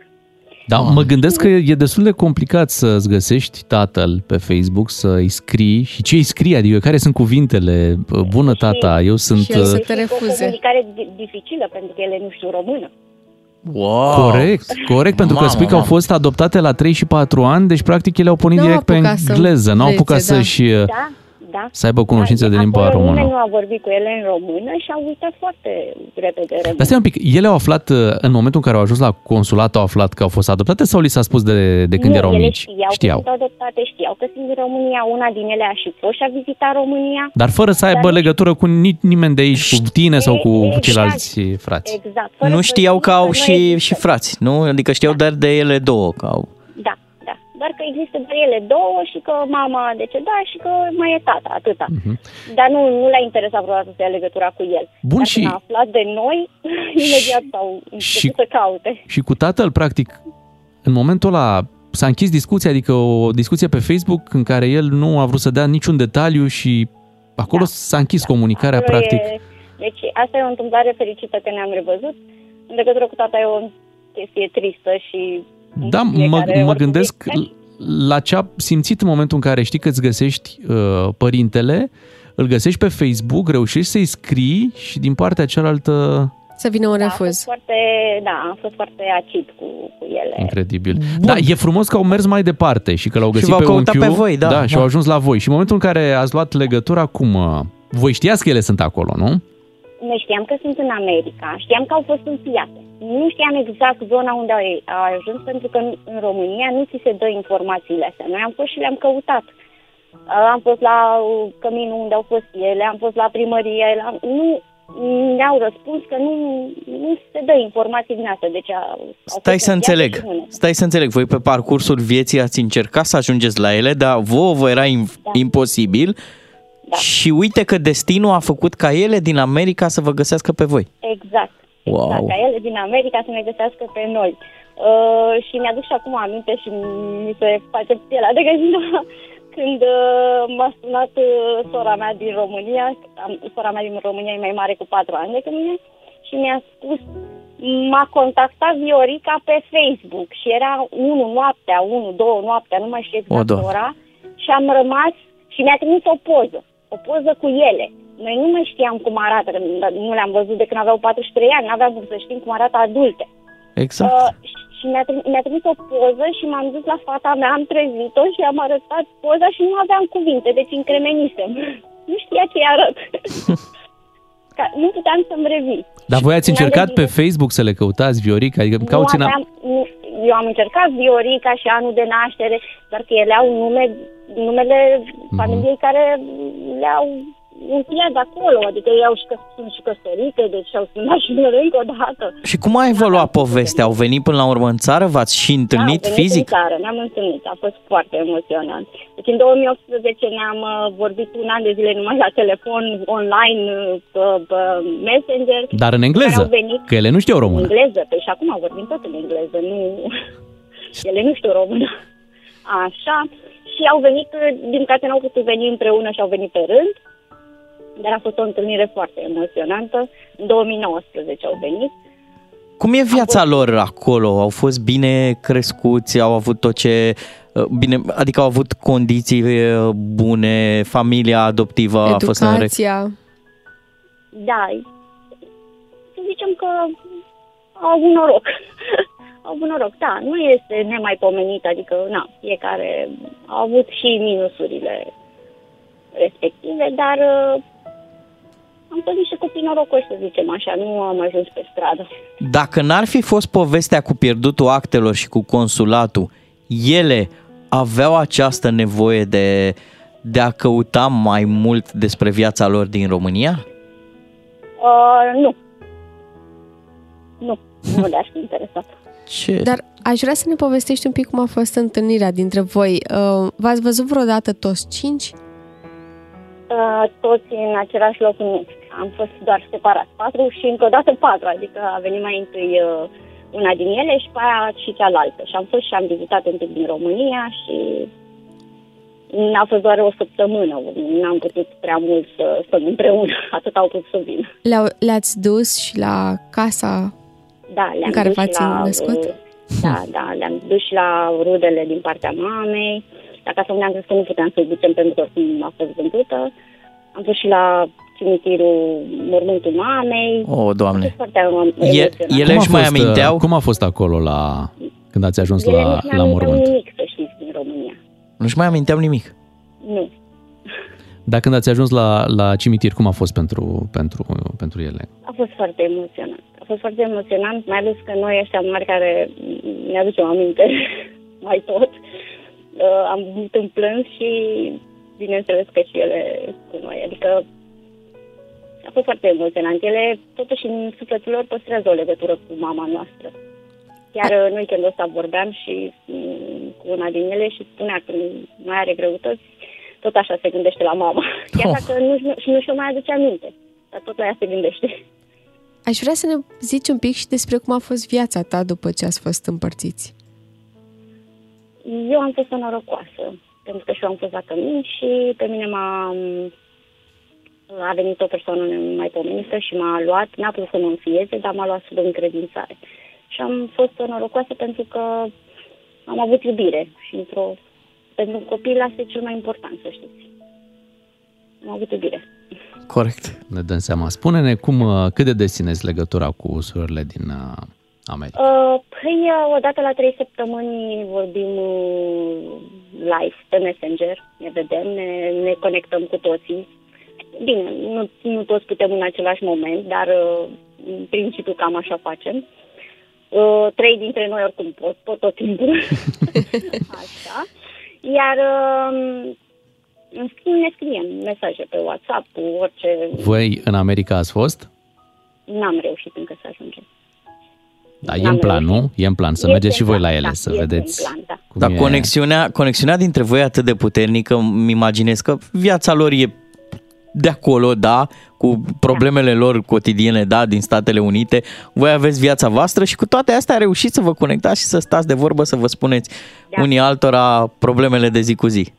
Da, mă gândesc că e destul de complicat să-ți găsești tatăl pe Facebook, să-i scrii și ce îi scrii, adică care sunt cuvintele, bună tata, Da, eu sunt... uh,
refuze. O comunicare di- dificilă, pentru că ele nu știu română.
Wow.
Corect, corect, pentru că
Mamă,
spui că au
mamă.
fost adoptate la 3 și 4 ani, deci practic ele au pornit
N-au
direct pe
apucat să
engleză, n-au
învețe,
apucat
da.
să-și uh,
Da, da.
să aibă cunoștințe de limba
Acolo
română.
Nimeni nu a vorbit cu ele în română și au uitat foarte repede română.
Dar stai un pic, ele au aflat uh, în momentul în care au ajuns la consulat, au aflat că au fost adoptate sau li s-a spus de, de când
nu,
erau
ele
mici?
Știau, știau. Că sunt adoptate, știau că sunt din România, una din ele a și fost și a vizitat România.
Dar fără să aibă legătură cu ni- nimeni de aici, cu tine sau cu
Exact.
ceilalți frați.
Exact. fără
Nu
să
știau că
zică
au
noi
și, și frați, nu? Adică știau doar de ele două că au.
Da, da. Doar că există doar ele două și că mama a decedat și că mai e tata, atâta. Dar nu, nu le-a interesat vreodată să ia legătura cu el.
Mhm. Bun,
Dar
și-
când a aflat de noi, imediat s-au
și-
început să caute.
Și cu tatăl, practic, în momentul ăla s-a închis discuția, adică o discuție pe Facebook în care el nu a vrut să dea niciun detaliu și acolo s-a închis comunicarea,
Da. Acolo
practic.
E, deci asta e o întâmplare fericită că ne-am revăzut. În legătură cu tata e o chestie tristă și...
Da, mă,
fiecare
mă
oricum
gândesc la ce a simțit în momentul în care știi că îți găsești uh, părintele, îl găsești pe Facebook, reușești să-i scrii și din partea cealaltă...
Să vină un
A
refuz.
fost foarte, da, am fost foarte acid cu, cu ele.
Incredibil. Bun. Da, e frumos că au mers mai departe și că l-au găsit
v-au
pe
căutat
unchiul.
pe voi, da,
da. și
da.
au ajuns la voi. Și în momentul în care ați luat legătura, cum... uh, Voi știați că ele sunt acolo, nu?
Noi știam că sunt în America, știam că au fost în piață. Nu știam exact zona unde au au ajuns, pentru că în- în România nu ți se dă informațiile astea. Noi am fost și le-am căutat. Uh, Am fost la uh, căminul unde au fost ele, am fost la primărie, la... nu ne-au răspuns că nu, nu se dă informații din asta. Deci a, au fost
Stai
în
să
piață
înțeleg,
și mână.
stai să înțeleg. Voi pe parcursul vieții ați încercat să ajungeți la ele, dar vouă vă era im-
Da.
imposibil și uite că destinul a făcut ca ele din America să vă găsească pe voi.
Exact.
Wow.
Exact, ca ele din America să ne găsească pe noi. Uh, și mi-aduc și acum aminte și mi se face pielea de găină când uh, m-a sunat uh, sora mea din România, am, sora mea din România e mai mare cu patru ani decât mine, și mi-a spus, m-a contactat Viorica pe Facebook și era 1 noaptea, 1, 2 noaptea, nu mai știu
O,
exact
Doamne.
ora, și am rămas și mi-a trimis o poză, o poză cu ele. Noi nu mai știam cum arată, că nu le-am văzut de când aveau 43 ani, n-aveam cum să știm cum arată adulte.
Exact.
Uh, și mi-a, trim- mi-a trimis o poză și m-am dus la fata mea, am trezit-o și am arătat poza și nu aveam cuvinte, deci încremenisem. nu știa ce-i arăt. Ca, nu puteam să-mi revin.
Dar voi ați
Mi-am
încercat pe
gândit-
Facebook să le căutați, Viorica? Adică cauți în...
nu aveam, nu, eu am încercat Viorica și anul de naștere, dar că ele au nume, numele familiei care le-au înfiat de acolo, adică ei au și, că, sunt și căsătorite, deci și-au sunat și lor încă o dată.
Și cum a evoluat povestea? Au venit până la urmă în țară? V-ați și întâlnit
Da, am venit
fizic?
În țară, ne-am întâlnit, a fost foarte emoționant. Deci în 2018 ne-am uh, vorbit un an de zile numai la telefon, online, uh, pe, pe Messenger.
Dar în
Care
engleză,
au venit
că ele nu știau
în
română.
engleză, pe și acum vorbim tot în engleză, nu... Ele nu știu română. Așa. Și au venit, uh, din păcate n-au putut veni împreună și au venit pe rând. Dar a fost o întâlnire foarte emoționantă. În 2019 au venit.
Cum e viața lor acolo? Au fost bine crescuți? Au avut tot ce... Bine, adică au avut condiții uh, bune, familia adoptivă a fost în regulă.
Da, să zicem că au avut noroc. au avut noroc, da, nu este nemaipomenit, adică, na, fiecare a avut și minusurile respective, dar uh, am fost niște copii norocoși, să zicem așa, nu am ajuns pe stradă.
Dacă n-ar fi fost povestea cu pierdutul actelor și cu consulatul, ele aveau această nevoie de, de a căuta mai mult despre viața lor din România?
Uh, nu. Nu, nu le-aș fi interesat.
ce?
Dar aș vrea să ne povestești un pic cum a fost întâlnirea dintre voi. Uh, V-ați văzut vreodată toți cinci?
Uh, toți în același loc nu. Am fost doar separați patru și încă o dată patru, adică a venit mai întâi uh, una din ele și pe aia și cealaltă. Și am fost și am vizitat un pic din România și n-a fost doar o săptămână, n-am putut prea mult să stăm împreună, atât au putut să vină.
Le-au, le-ați dus și la casa
Da, le-am
în care
dus și
v-ați
la,
născut?
Da, da, le-am dus și la rudele din partea mamei. La casa unde am crezut că nu puteam să-i ducem pentru că oricum a fost vândută. Am fost și la cimitirul mormântul mamei.
O, oh,
A
doamne.
fost foarte emo-
E,
emoționant.
ele
Cum a
își mai
fost, uh,
aminteau?
Cum a fost acolo la când ați ajuns
Ele
la,
nici
la
n-au uitat
mormânt?
nimic, să știți, din România.
Nu-și mai aminteau nimic.
Nu.
Dar când ați ajuns la, la cimitir, cum a fost pentru, pentru, pentru ele?
A fost foarte emoționant. A fost foarte emoționant, mai ales că noi ăștia mari care m, ne aducem aminte mai tot, uh, am avut în plâns și bineînțeles că și ele cu noi. Adică a fost foarte emoționant. Ele totuși în sufletul lor păstrează o legătură cu mama noastră. Chiar uh, în weekendul ăsta vorbeam și mm, cu una din ele și spunea că mai are greutăți, tot așa se gândește la mama. Chiar
Oh.
dacă nu, nu, nu și-o mai aduce aminte, dar tot la ea se gândește.
Aș vrea să ne zici un pic și despre cum a fost viața ta după ce ați fost împărțiți.
Eu am fost o norocoasă, pentru că și eu am fost la cămin și pe mine m-a... A venit o persoană mai pomenită și m-a luat, n-a putut să mă înfieze, dar m-a luat sub încredințare. Și am fost o norocoasă pentru că am avut iubire și într-o... Pentru un copil asta e cel mai important, să știți. Am avut iubire.
Corect.
Ne dăm seama. Spune-ne cum, uh, cât de des țineți legătura cu surorile din uh, America?
Uh, păi, uh, odată la trei săptămâni vorbim uh, live pe Messenger, ne vedem, ne, ne conectăm cu toții. Bine, nu, nu toți putem în același moment, dar uh, în principiu cam așa facem. Uh, trei dintre noi oricum pot, pot tot timpul. așa. Iar uh, în schimb, ne scriem mesaje pe WhatsApp, cu orice...
Voi în America ați fost?
N-am reușit încă să ajungem.
Da, e în plan, nu? E în plan să
Este
mergeți și voi
în
la
plan,
ele,
da,
să
este în
vedeți.
plan, da.
cum
Dar
e.
conexiunea, conexiunea dintre voi e atât de puternică, îmi imaginez că viața lor e de acolo, da, cu problemele lor cotidiene, da, din Statele Unite. Voi aveți viața voastră și cu toate astea reușiți să vă conectați și să stați de vorbă, să vă spuneți da. unii altora problemele de zi cu zi.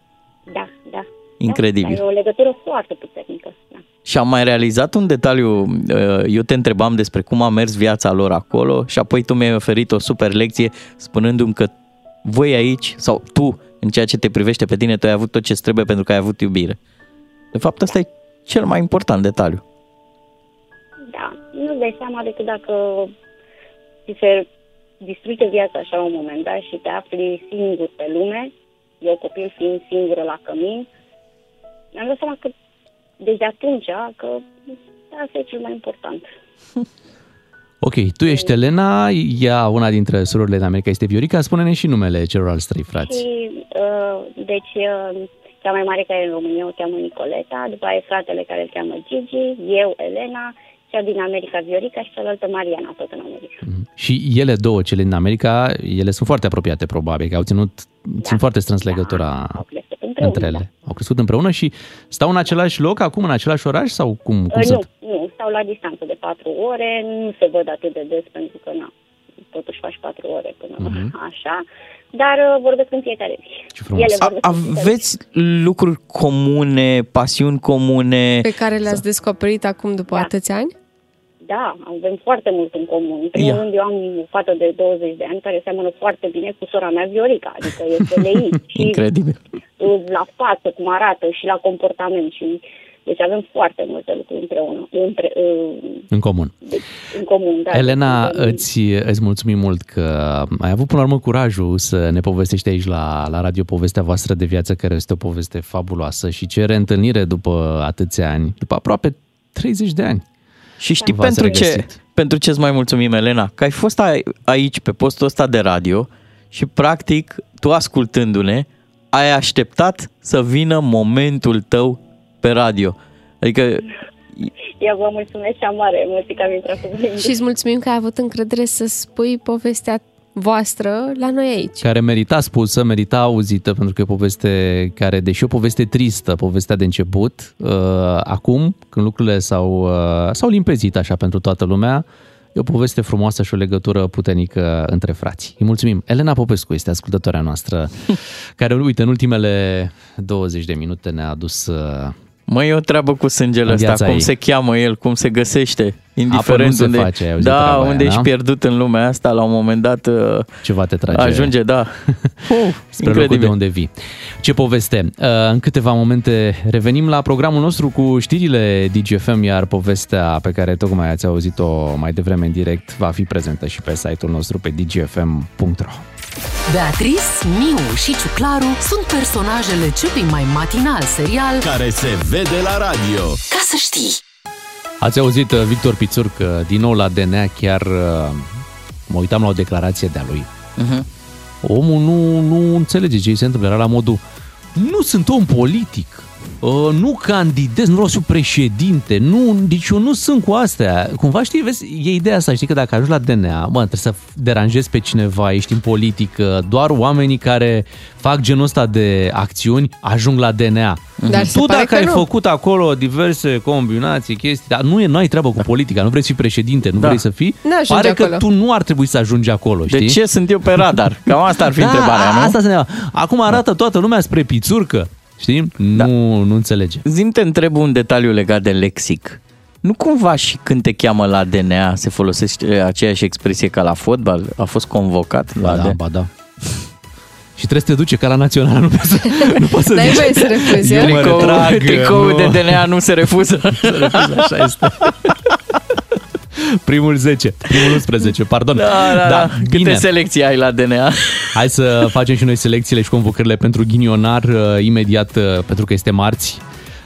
Da, da.
Incredibil.
Da, e o legătură foarte puternică. Da.
Și am mai realizat un detaliu, uh, eu te întrebam despre cum a mers viața lor acolo și apoi tu mi-ai oferit o super lecție spunându-mi că voi aici, sau tu, în ceea ce te privește pe tine, tu ai avut tot ce trebuie pentru că ai avut iubire. De fapt, ăsta e cel mai important detaliu.
da. Nu-ți dai seama decât dacă ți se distruge viața așa la un moment dat și te afli singur pe lume, eu copil fiind singură la cămin, mi-am dat seama că de atunci că da, asta e cel mai important.
Ok, tu ești Elena, ea una dintre surorile din America este Viorica. Spune-ne și numele celorlalți trei frați.
Și, uh, deci, uh, cea mai mare care e în România o cheamă Nicoleta, după aia e fratele care îl cheamă Gigi, eu, Elena, cea din America, Viorica și cealaltă, Mariana, tot în America.
Și ele două, cele din America, ele sunt foarte apropiate probabil, că au ținut, da. țin foarte strâns legătura
împreună,
între ele. Au crescut împreună și stau în același loc acum, în același oraș sau cum, cum
Uh,
sunt?
Nu, nu, stau la distanță de patru ore, nu se văd atât de des pentru că, na, totuși faci patru ore până
Mhm.
așa, dar uh, vorbesc în fiecare zi. Ele
A,
vorbesc în fiecare zi.
aveți lucruri comune, pasiuni comune.
Pe care
exact.
le-ați descoperit acum după da. atâția ani?
Da, avem foarte mult în comun. În primul
Ia.
rând, eu am o fată de 20 de ani care seamănă foarte bine cu sora mea Viorica, adică este lei și
Incredibil.
uh, la față, cum arată și la comportament și... Deci avem foarte multe lucruri împreună, împre, uh,
În comun.
deci, în comun. Da,
Elena,
În comun.
îți, îți mulțumim mult că ai avut până la urmă curajul să ne povestești aici la, la radio povestea voastră de viață, care este o poveste fabuloasă și ce reîntâlnire după atâția ani, după aproape 30 de ani.
Și știi
V-ați
pentru ce,
regăsit.
pentru ce îți mai mulțumim, Elena? Că ai fost a- aici, pe postul ăsta de radio și, practic, tu ascultându-ne, ai așteptat să vină momentul tău pe radio. Adică,
Eu vă mulțumesc și am mare emoții că am intrat cu voi.
Și îți mulțumim că ai avut încredere să spui povestea voastră la noi aici.
Care merita spusă, merita auzită, pentru că e o poveste care, deși e o poveste tristă, povestea de început, uh, acum, când lucrurile s-au, uh, s-au limpezit așa pentru toată lumea, e o poveste frumoasă și o legătură puternică între frați. Îi mulțumim. Elena Popescu este ascultătoarea noastră, care, uite, în ultimele 20 de minute ne-a adus uh,
Măi, e o treabă cu sângele
În
ăsta,
viața
cum
ei.
se cheamă el, cum se găsește, indiferent
nu se
unde,
face, ai auzit
da,
treaba aia,
unde ești
da?
pierdut în lumea asta, la un moment dat uh,
ceva te trage.
ajunge, da.
spre locul de
incredibil.
unde vii. Ce poveste! Uh, În câteva momente revenim la programul nostru cu știrile DGFM, iar povestea pe care tocmai ați auzit-o mai devreme în direct va fi prezentă și pe site-ul nostru pe dgfm.ro.
Beatrice, Miu și Ciuclaru sunt personajele celui mai matinal serial
Care se vede la radio.
Ca să știi!
Ați auzit uh, Victor Pițurc uh, din nou la DNA, chiar uh, mă uitam la o declarație de-a lui.
Mhm.
Omul nu, nu înțelege ce îi se întâmplă, era la modul nu sunt om politic, uh, nu candidez, nu vreau să fiu președinte, nu, deci eu nu sunt cu astea. Cumva știi, vezi, e ideea asta, știi că dacă ajungi la DNA, mă, trebuie să deranjezi pe cineva, ești în politică, doar oamenii care fac genul ăsta de acțiuni ajung la DNA.
Dar se
tu
pare
dacă
că
ai
nu.
făcut acolo diverse combinații, chestii, dar nu, e, nu ai treabă cu politica, nu vrei să fii președinte, nu
Da.
vrei să fii,
Nu ajungi
pare că
acolo.
tu nu ar trebui să ajungi acolo, știi?
De ce sunt eu pe radar? Cam asta ar fi
da,
întrebarea, nu?
a- Asta se ne- Acum arată toată lumea spre pițurcă, știi? Da. Nu, nu înțelege.
Zim te întreb un detaliu legat de lexic. Nu cumva și când te cheamă la DNA se folosește aceeași expresie ca la fotbal? A fost convocat? Ba
da, ba da. Și trebuie să te duce ca la național, nu poți să, nu poți să
N-ai
zici.
voie să refuzi,
Eu
a?
mă
Tricou-
retrag,
tricoul
nu.
de DNA nu se refuză. se
refuză, așa este. Primul 10, primul 11, pardon.
Da, da, da. Câte
bine.
selecții ai la DNA?
Hai să facem și noi selecțiile și convocările pentru ghinionar uh, imediat, uh, pentru că este marți.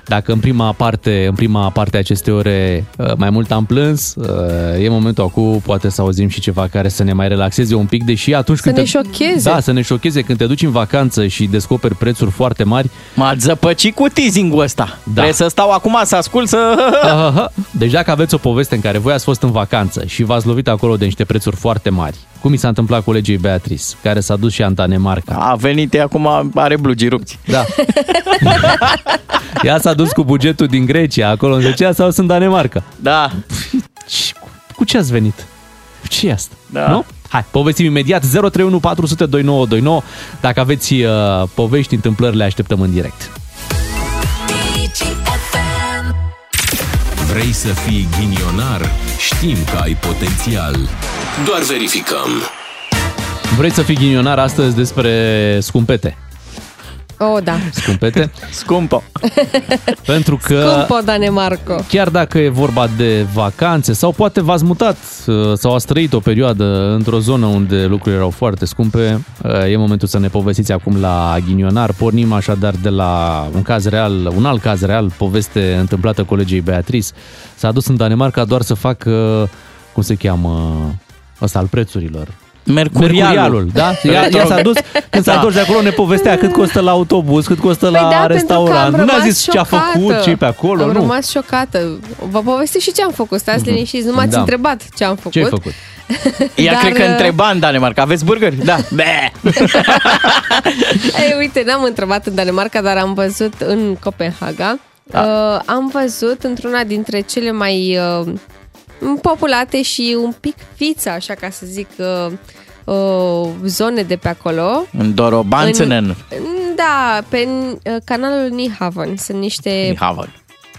Dacă în prima parte, în prima parte a acestei ore uh, mai mult am plâns, uh, e momentul acum, poate să auzim și ceva care să ne mai relaxeze un pic, deși atunci
Să
când
ne
te...
șocheze.
Da, să ne șocheze când te duci în vacanță și descoperi prețuri foarte mari.
M-a zăpăcit cu teasing-ul ăsta. Da. Trebuie să stau acum să ascult să...
Aha. Deci dacă aveți o poveste în care voi ați fost în vacanță și v-ați lovit acolo de niște prețuri foarte mari, cum i s-a întâmplat colegii Beatrice, care s-a dus și ea în Danemarca.
A venit ea acum, are blugi rupți.
Da. Ea s-a dus cu bugetul din Grecia, acolo în Grecia sau sunt Danemarca.
Da.
Cu ce ați venit? Cu ce e asta?
Da.
Nu? Hai, povestim imediat 031 400 2929. Dacă aveți uh, povești, întâmplări, le așteptăm în direct.
Vrei să fii ghinionar? Știm că ai potențial. Doar verificăm.
Vreți să fii ghinionar astăzi despre scumpete?
Oh, da.
Scumpete?
Scumpă.
Pentru că...
Scumpo, Danemarco.
Chiar dacă e vorba de vacanțe sau poate v-ați mutat uh, sau ați trăit o perioadă într-o zonă unde lucrurile erau foarte scumpe, uh, e momentul să ne povestiți acum la ghinionar. Pornim așadar de la un caz real, un alt caz real, poveste întâmplată colegei Beatrice. S-a dus în Danemarca doar să facă, uh, cum se cheamă, ăsta al prețurilor.
Mercurialul.
da? Ea, ea s-a dus, când s-a
Da.
întors de acolo ne povestea cât costă la autobuz, cât costă la
da, pentru
restaurant.
că am
Nu a
rămas
zis ce a
șocată.
făcut, ce pe acolo,
Am
nu. Mhm.
rămas șocată. Vă povestesc și ce am făcut. Stați liniștiți, nu m-ați
Da.
întrebat ce am făcut.
Ce ai făcut? Ea
Dar,
cred că
uh,
întreba în Danemarca, aveți burgeri? Da. Be.
Ei, uite, n-am întrebat în Danemarca, dar am văzut în Copenhaga. Da. Uh, am văzut într-una dintre cele mai uh, populate și un pic fiță, așa ca să zic, uh, uh, zone de pe acolo.
În Dorobanțenen.
Da, pe uh, canalul Nihavon. Sunt niște
Nihavon.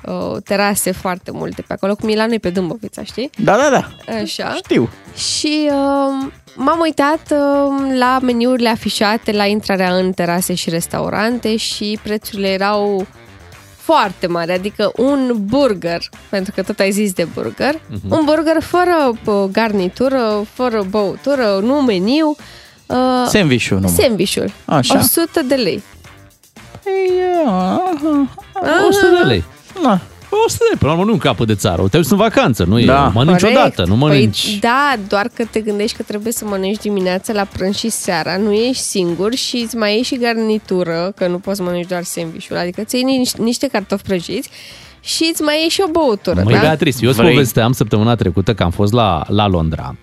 uh, terase foarte multe pe acolo. Cum e la noi pe Dâmbovița, știi?
Da, da, da.
Așa.
Știu.
Și uh, m-am uitat uh, la meniurile afișate la intrarea în terase și restaurante și prețurile erau foarte mari, adică un burger, pentru că tot ai zis de burger,
Mhm.
Mm.
un burger fără uh, garnitură, fără băutură, nu meniu. Uh,
Sandwich-ul numai.
Sandwich-ul.
Așa.
100 de lei. Ah.
Aha. 100 de lei.
Da.
100 de lei, până la urmă nu în capă de țară. Te duci în vacanță, nu da. e, mănânci
Corect.
odată, nu mănânci.
Păi, da, doar că te gândești că trebuie să mănânci dimineața la prânz și seara, nu ești singur și îți mai iei și garnitură, că nu poți să mănânci doar sandvișul, adică ți iei niște, niște cartofi prăjiți și îți mai iei și o băutură.
Măi,
da?
Beatrice, eu îți povesteam săptămâna trecută că am fost la, la Londra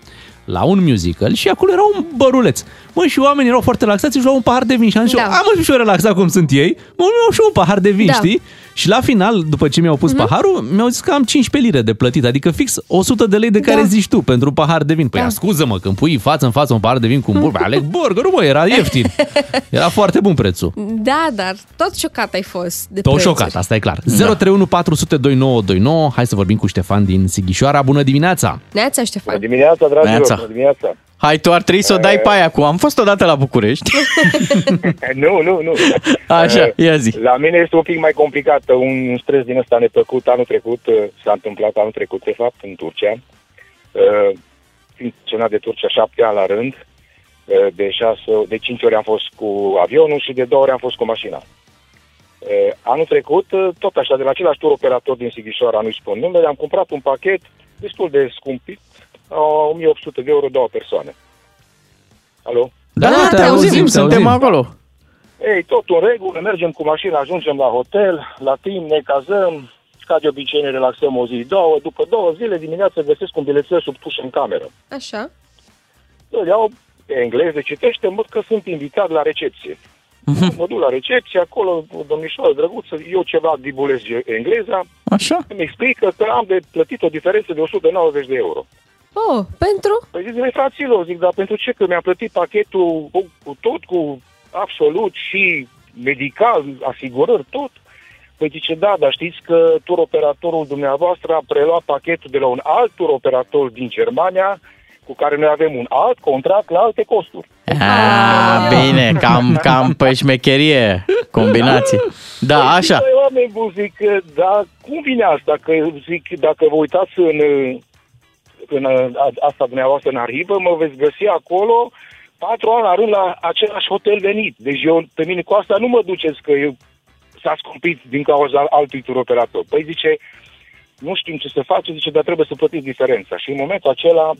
la un musical și acolo era un băruleț. Mă, și oamenii erau foarte relaxați și luau un pahar de vin și am zis da.
Da.
eu, am și eu relaxat cum sunt ei, mă, mi-au și eu un pahar de vin,
Da.
da. știi? Și la final, după ce mi-au pus mm-hmm. paharul, mi-au zis că am 15 lire de plătit, adică fix 100 de lei de care
Da.
zici tu pentru un pahar de vin. Păi
Da.
da. scuză-mă, când pui față în față un pahar de vin cu un burger, aleg burgerul, mă, era ieftin. Era foarte bun prețul.
Da, dar tot șocat ai fost de
Tot
prețuri.
șocat, asta e clar.
Da.
031 400 2929. Hai să vorbim cu Ștefan din Sighișoara. Bună dimineața!
Neața, Ștefan.
Bună dimineața,
dragilor,
Neața.
bună
dimineața. Hai, tu ar trebui să o dai pe aia cu. Am fost odată la București.
nu, nu, nu.
Așa,
Uh,
ia zi.
La mine este un pic mai complicată. Un stres din ăsta neplăcut anul trecut uh, s-a întâmplat anul trecut, de fapt, în Turcia. Uh, Fiind cenat de Turcia șapte ani la rând, uh, de, șase, de cinci ori am fost cu avionul și de două ori am fost cu mașina. Uh, Anul trecut, uh, tot așa, de la același tur operator din Sighișoara, nu-i spun numele, am cumpărat un pachet destul de scumpit, la 1800 de euro, două persoane. Alo?
Da, da, te auzim, suntem acolo.
Ei, tot în regulă, mergem cu mașina, ajungem la hotel, la timp ne cazăm, ca de obicei ne relaxăm o zi, două, după două zile dimineața găsesc un bilețel subpus în cameră.
Așa.
Îl iau pe engleză, citește, mă că sunt invitat la recepție. Mă duc la recepție, acolo, o domnișoară drăguță, eu ceva dibulez engleza,
Așa.
îmi explică că am de plătit o diferență de 190 de euro.
Oh, pentru?
Păi zic, "Băi, fraților, zic, dar pentru ce? Că mi-am plătit pachetul cu, cu tot, cu absolut și medical, asigurări, tot. Păi zice, da, dar știți că turoperatorul dumneavoastră a preluat pachetul de la un alt turoperator din Germania, cu care noi avem un alt contract la alte costuri.
A, bine, cam, cam pe șmecherie, combinație. Da,
Păi,
așa.
zic, "Băi, oameni buni, zic, dar cum vine asta? Că zic, dacă vă uitați în, în a- asta dumneavoastră în arhivă, mă veți găsi acolo patru ani la rând la același hotel venit. Deci eu, pe mine cu asta nu mă duceți că eu s-a scumpit din cauza altui tur operator. Păi zice, nu știm ce să face, zice, dar trebuie să plătiți diferența. Și în momentul acela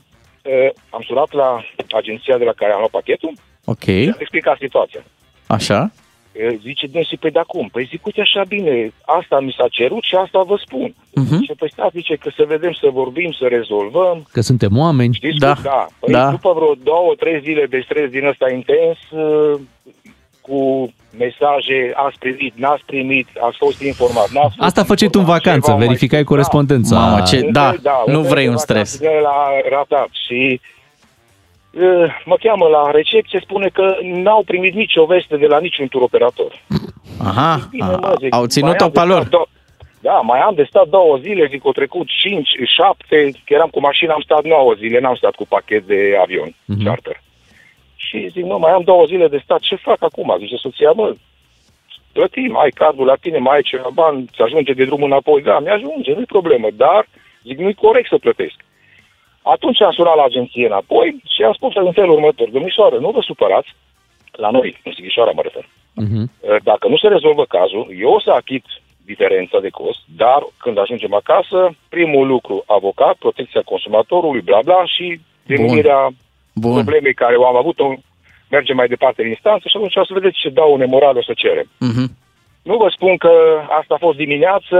eh, am sunat la agenția de la care am luat pachetul,
Ok,
am explicat situația.
așa.
Eh, Zice, dânsi, păi de acum? Păi zic, uite așa bine, asta mi s-a cerut și asta vă spun.
Mhm.
Zice, păi stați, zice, că să vedem, să vorbim, să rezolvăm.
Că suntem oameni.
Știți cum? da. Păi după vreo două, trei zile de stres din ăsta intens, eh, cu mesaje, ați primit, n-ați primit, ați fost informat,
Da,
n-ați fost
Asta făceai tu în vacanță, verificai corespondența.
Mamă, ce- da, nu
unele
vrei un
vacanțe
stres.
din ele la ratat și eh, mă cheamă la recepție, spune că n-au primit nicio veste de la niciun tur operator.
Aha,
Bine, mă, zic,
au ținut-o
mai am
pe
de
lor.
stat dou- Da, mai am de stat două zile, zic, au trecut cinci, șapte, că eram cu mașina, am stat nouă zile, n-am stat cu pachet de avion, mm-hmm. charter. Și zic, mă, mai am două zile de stat, ce fac acum? Zice soția, mă, plătim, ai cardul la tine, mai ai ceva bani, ți ajunge de drumul înapoi. Da, mi-ajunge, nu-i problemă, dar, zic, nu-i corect să plătesc. Atunci am sunat la agenție înapoi și am spus în felul următor, domnișoară, nu vă supărați, la noi, în Sighișoara mă refer, Eh, dacă nu se rezolvă cazul, eu o să achit diferența de cost, dar când ajungem acasă, primul lucru, avocat, protecția consumatorului, bla bla și demenirea
Bun.
problemei care o am avut-o, mergem mai departe în instanță și atunci o să vedeți ce daune morale o să cerem.
Mhm.
Nu vă spun că asta a fost dimineață,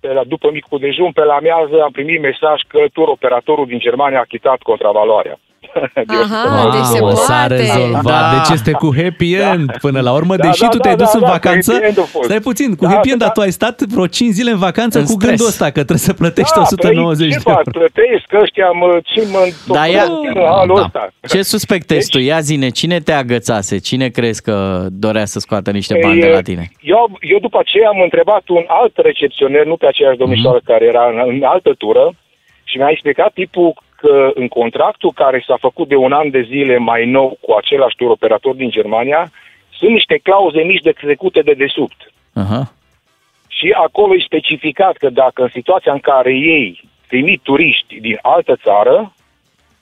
pe la, după micul dejun, pe la amiază am primit mesaj că tur operatorul din Germania a achitat contravaloarea.
Aha, deci se
Mamă, s-a
poate.
rezolvat.
Da.
Deci este cu happy end până la urmă,
Da,
deși
da,
tu
da,
te-ai
da,
dus în
da, cu
vacanță.
happy end a fost.
Stai puțin, cu
Da,
happy end,
da.
dar tu ai stat vreo 5 zile în vacanță
În
cu
stres.
gândul ăsta că trebuie să
Da,
da,
plătești 190 de
păi, ce
euro.
fac? Plătesc ăștia, mă, ce mă
Da, ia...
halul
da.
ăsta.
Ce suspectezi tu? Ia zine, cine te agățase? Cine crezi că dorea să scoată niște
Ei,
bani de
Păi, e-
la tine?
Eu, eu după aceea am întrebat un alt recepționer, nu pe aceeași
Mhm.
domnișoară mm-hmm. care era în, în altă tură, și mi-a explicat tipul că în contractul care s-a făcut de un an de zile mai nou cu același tur operator din Germania, sunt niște clauze mici de trecute de desubt.
Aha.
Și acolo e specificat că dacă în situația în care ei trimit turiști din altă țară,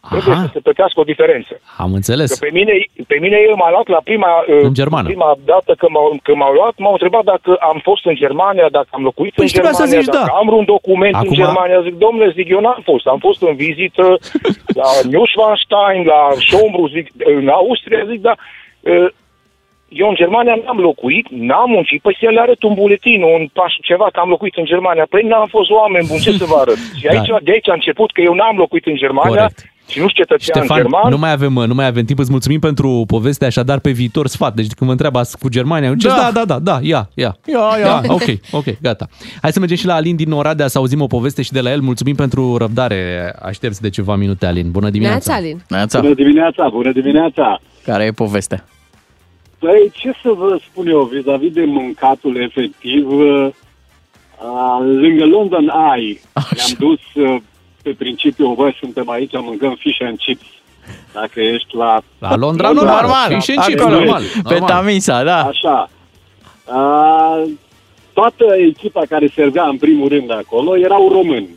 Aha. trebuie să se plătească o diferență.
Am înțeles.
Că pe mine, pe mine el m-a luat la prima, uh,
În germană.
prima dată când m-au, când m-au luat, m-au întrebat dacă am fost în Germania, dacă am locuit
Păi
în
și trebuia
Germania,
să zici
dacă
da.
am un document
Acum-
în Germania. Zic, domnule, zic, eu n-am fost. Am fost în vizită la Neuschwanstein, la Schombru, zic, în Austria, zic, da. uh, Eu în Germania n-am locuit, n-am muncit. Păi să le arăt un buletin, un paș, ceva că am locuit în Germania. Păi n-am fost oameni buni, ce să vă arăt? Și
Da.
aici, de aici a început că eu n-am locuit în Germania.
Corect.
și nu știu cetățean
Ștefan,
german.
nu mai avem, mă, nu mai avem timp. Îți mulțumim pentru poveste, așadar pe viitor sfat. Deci când vă întreabă ați cu Germania, da. da, da, da, da, ia, ia.
Ia, ia.
Da, ok, ok, gata. Hai să mergem și la Alin din Oradea să auzim o poveste și de la el. Mulțumim pentru răbdare. Aștept de ceva minute, Alin. Bună dimineața.
Neața, Alin.
Neața.
Bună dimineața, bună dimineața!
Care e povestea?
Păi, ce să vă spun eu vis-a-vis de mâncatul efectiv, uh, a, lângă London Eye ne-am dus uh, pe principiu, vă, suntem aici, mâncăm fish and chips. Dacă ești la... da.
La Londra, nu, normal, fish and chips,
Acolo.
normal, normal.
Petamisa, da.
Așa. A, toată echipa care servea în primul rând acolo erau români.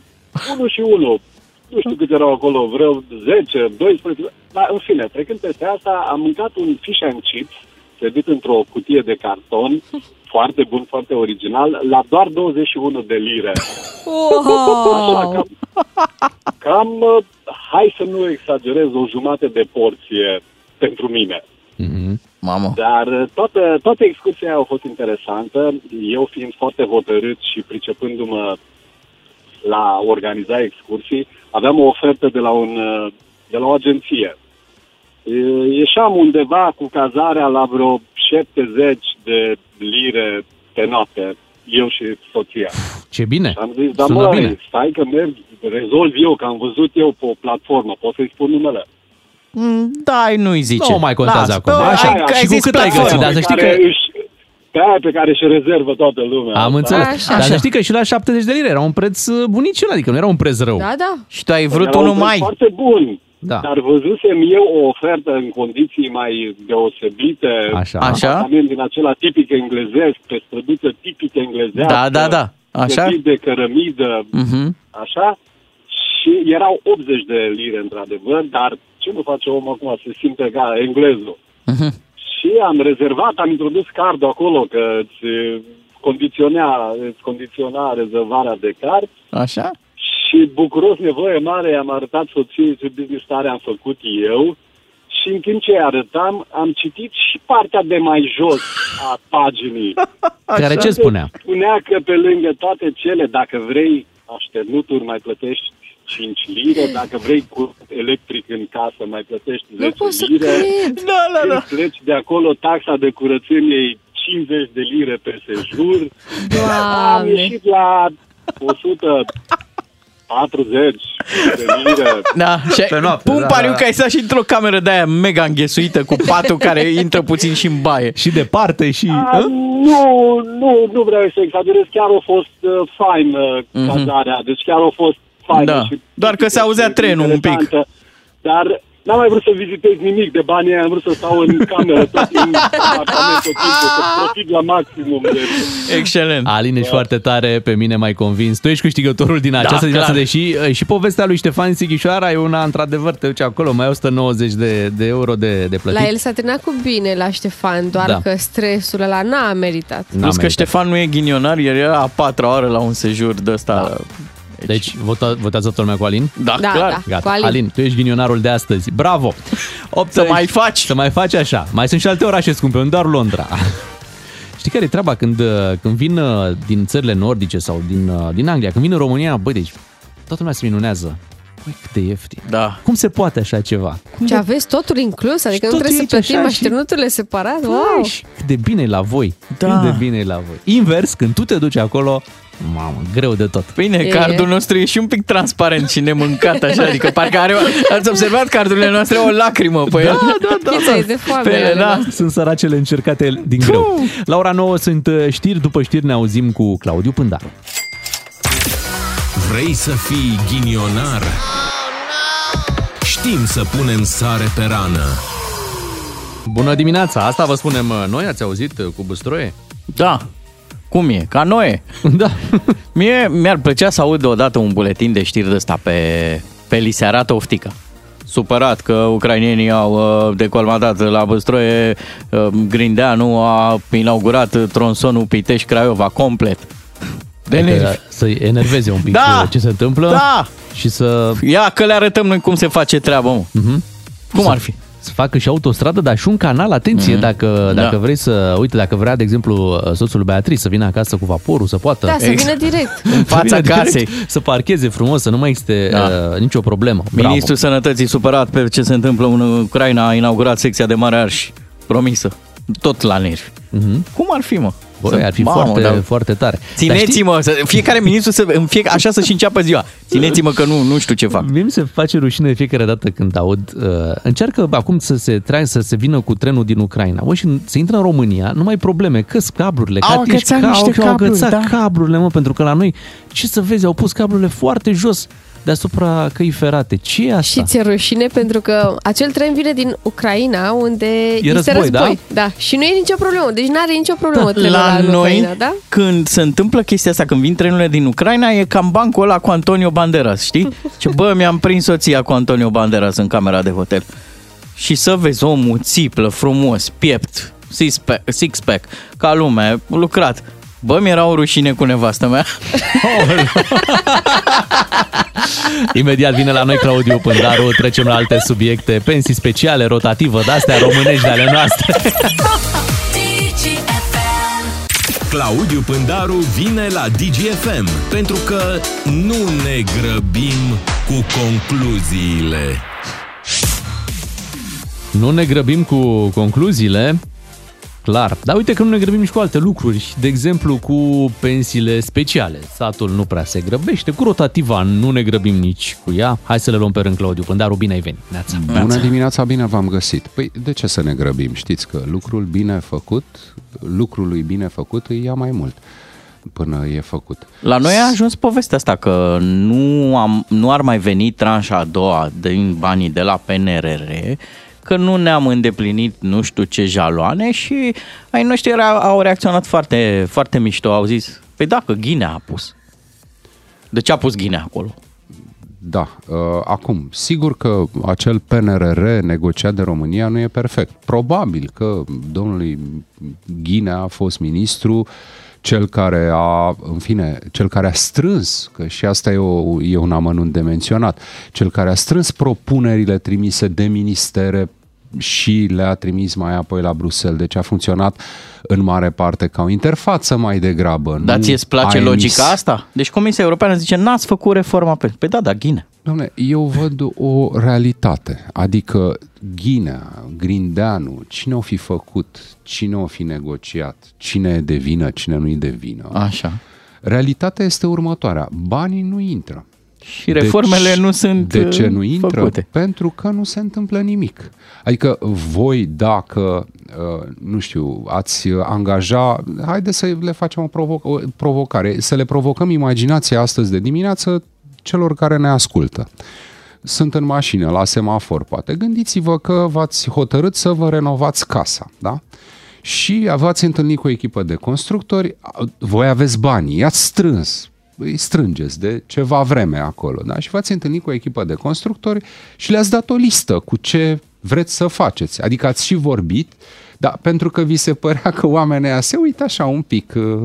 Unul și unul. Nu știu cât erau acolo, vreo 10, 12... Dar, în fine, trecând peste asta, am mâncat un fish and chips servit într-o cutie de carton, foarte bun, foarte original, la doar 21 de lire. Așa, cam, cam, uh, hai să nu exagerez, o jumate de porție pentru mine.
Mamă.
Dar uh, toată, toată excursia a fost interesantă. Eu fiind foarte hotărât și pricepându-mă la organiza excursii, aveam o ofertă de la, un, uh, de la o agenție. E- Ieșeam undeva cu cazarea la vreo 70 de lire pe noapte, eu și soția.
Ce bine.
Am zis, dar
Sună
mă,
bine.
stai că merg, rezolv eu, că am văzut eu pe o platformă, pot să-i spun numele.
Mm, Da, ai nu-i zice.
Nu mai contează acum. Așa,
ai,
și cu
zis
cât ai
platformă.
găsit, dar să știi că...
Pe aia pe care și rezervă toată lumea. da?
Am înțeles. Așa. Dar
Așa.
să știi că și la 70 de lire era un preț uh, bunicel, adică nu era un preț rău.
Da, da.
Și tu ai
Era un preț Foarte bun.
Da.
Dar văzusem eu o ofertă în condiții mai deosebite.
Așa.
Așa.
Apartament din acela tipic englezesc, pe străduță tipic englezească.
Da, da, da. Așa?
clădit de cărămidă,
Mhm.
așa. Și erau 80 de lire, într-adevăr, dar ce nu face omul acum? Se simte ca englezul. Și am rezervat, am introdus cardul acolo, că îți condiționea, îți condiționa rezervarea de card.
Așa?
Și bucuros, nevoie mare, am arătat soției ce business tare am făcut eu și în timp ce îi arătam, am citit și partea de mai jos a paginii.
Care ce spunea?
Spunea că pe lângă toate cele, dacă vrei așternuturi, mai plătești 5 lire, dacă vrei curent electric în casă, mai plătești 10 lire.
Da,
da, da. pleci de acolo, taxa de curățenie e 50 de lire pe sejur. Am
Doamne.
ieșit la 140 de lire.
Da, și pe noapte, pun
da,
da, pariu
da.
că ai stat și într-o cameră de aia mega înghesuită cu patul care intră puțin și în baie.
Și departe și... ă?
A, Ah, nu, nu, nu vreau să exagerez, chiar a fost uh, faină mm-hmm. cazarea, deci chiar a fost faină.
Mhm. Da.
Și
Doar că se auzea trenul un pic.
interesantă. Dar n-am mai vrut să vizitez nimic de banii aia, am vrut să stau în cameră tot în apartament tot timpul, să profit la maximum de...
Excelent.
Alin, ești foarte tare, pe mine mai convins. Tu ești câștigătorul din această dimineață,
Da, clar.
deși uh, și povestea lui Ștefan Sighișoara e una, într-adevăr, te duci acolo, mai ai 190 de, de euro de, de plătit.
La el s-a terminat cu bine la Ștefan, doar
Da.
că stresul ăla n-a meritat.
Plus că Ștefan nu e ghinionar, el era a patra oară la un sejur de ăsta.
Da. Deci, vota, votează toată lumea cu Alin?
Da,
Da, clar. da,
Gata.
cu Alin.
Alin. Alin, tu ești ghinionarul de astăzi. Bravo! 8, să mai
faci!
Să mai faci așa. Mai sunt și alte orașe scumpe, nu doar Londra. Știi care e treaba? Când, uh, când vin uh, din țările nordice sau din, uh, din Anglia, când vin în România, băi, deci toată lumea se minunează. Băi, cât de ieftin.
Da.
Cum se poate așa ceva?
Și aveți totul inclus, adică nu
totul
trebuie să
aici,
plătim
așa, și-
așternuturile separat.
Păi,
Wow.
și Cât de bine e la voi.
Da.
Cât de bine e la voi. Invers, când tu te duci acolo, mamă, greu de tot.
Bine,
E,
cardul
e.
nostru e și un pic transparent și nemâncat așa, adică parcă are, o- ați observat cardurile noastre au o lacrimă pe
Da,
el.
Da, Pizza-i de foame.
Pe ele,
ale
da.
noastre.
Sunt săracele încercate din greu. La ora 9 sunt uh, știri, după știri ne auzim cu Claudiu Pândaru.
Vrei să fii ghinionar?
Oh,
Știm să punem sare pe rană.
Bună dimineața, asta vă spunem uh, noi, ați auzit uh, cu Bustroie?
Da. Cum e? Ca noi.
Da.
Mie mi-ar plăcea să aud odată un buletin de știri de ăsta pe, pe li se arată oftica. Supărat că ucrainienii au uh, decolmatat la Băstroie, uh, Grindeanu a inaugurat uh, tronsonul Pitești-Craiova complet. De
Adică
nervi.
Să-i enerveze un pic
Da!
uh, ce se întâmplă
Da!
și să,
Ia că le arătăm noi cum se face treaba, mă.
Mhm.
Cum ar fi?
să să facă și autostradă, dar și un canal, atenție,
Mhm.
dacă,
Da.
dacă vrei să, uite, dacă vrea, de exemplu, soțul Beatrice să vină acasă cu vaporul, să poată...
Da, să vină direct.
Exact. În
fața casei.
Să parcheze frumos, să nu mai este
Da.
uh, nicio problemă. Bravo.
Ministrul Sănătății supărat pe ce se întâmplă în Ucraina a inaugurat secția de Mare Arș. Promisă. Tot la nervi.
Mhm.
Cum ar fi, mă?
Băi, ar fi
Mamă,
foarte,
dar-
foarte tare. Dar știi-
Țineți-mă, să- fiecare ministru să, în fie, așa să-și înceapă ziua. Țineți-mă că nu, nu știu ce fac.
Mie mi se face rușine de fiecare dată când aud uh, încearcă acum să se trai, să se vină cu trenul din Ucraina. Băi, și se intră în România, nu mai probleme, că cablurile,
Au
că
agățat niște
au
cabluri,
agățat
da.
cablurile, mă, pentru că la noi, ce să vezi, au pus cablurile foarte jos deasupra căii ferate. Ce e asta?
Și ți-e rușine pentru că acel tren vine din Ucraina unde este
război, Da.
război da? Și nu e nicio problemă, deci nu are nicio problemă trenul ăla
la
în
noi,
Ucraina, da?
când se întâmplă chestia asta, când vin trenurile din Ucraina, e cam bancul ăla cu Antonio Banderas, știi? Ce bă, mi-am prins soția cu Antonio Banderas în camera de hotel. Și să vezi omul țiplă, frumos, piept, six-pack, six-pack ca lume, lucrat. Bă, mi-era o rușine cu nevastă mea.
Imediat vine la noi Claudiu Pândaru, trecem la alte subiecte, pensii speciale, rotativă, de-astea românești de ale noastre.
Claudiu Pândaru vine la DGFM pentru că nu ne grăbim cu concluziile.
Nu ne grăbim cu concluziile, clar. Dar uite că nu ne grăbim nici cu alte lucruri. De exemplu, cu pensiile speciale. Satul nu prea se grăbește. Cu rotativa nu ne grăbim nici cu ea. Hai să le luăm pe rând, Claudiu Pândaru. Bine ai venit. Neața.
Bună dimineața, bine v-am găsit. Păi de ce să ne grăbim? Știți că lucrul bine făcut, lucrului bine făcut îi ia mai mult până e făcut.
La noi a ajuns povestea asta că nu, am, nu ar mai veni tranșa a doua din banii de la PNRR, că nu ne-am îndeplinit nu știu ce jaloane și ai noștri era, au reacționat foarte, foarte mișto, au zis, păi dacă Ghinea a pus. De ce a pus Ghinea acolo?
Da, uh, acum, sigur că acel PNRR negociat de România nu e perfect. Probabil că domnului Ghinea a fost ministru, cel care a, în fine, cel care a strâns, că și asta e, o, e un amănunt de menționat, cel care a strâns propunerile trimise de ministere și le-a trimis mai apoi la Bruxelles. Deci a funcționat în mare parte ca o interfață mai degrabă.
Dar
nu
ție îți place
a emis-
logica asta? Deci Comisia Europeană zice, n-ați făcut reforma pe... Păi da, da, Ghinea.
Doamne, eu văd o realitate, adică Ghinea, Grindeanu, cine o fi făcut, cine o fi negociat, cine e de vină, cine nu-i de vină.
Așa.
Realitatea este următoarea, banii nu intră.
Și reformele nu sunt,
De ce
uh,
nu intră?
făcute.
Pentru că nu se întâmplă nimic. Adică voi, dacă, uh, nu știu, ați uh, angaja, haideți să le facem o, provo- o provocare, să le provocăm imaginația astăzi de dimineață celor care ne ascultă. Sunt în mașină, la semafor, poate. Gândiți-vă că v-ați hotărât să vă renovați casa, da? Și v-ați întâlnit cu o echipă de constructori, a- voi aveți banii, i-ați strâns, îi strângeți de ceva vreme acolo, da? Și v-ați întâlnit cu o echipă de constructori și le-ați dat o listă cu ce vreți să faceți. Adică ați și vorbit, dar pentru că vi se părea că oamenii ăia se uită așa un pic uh,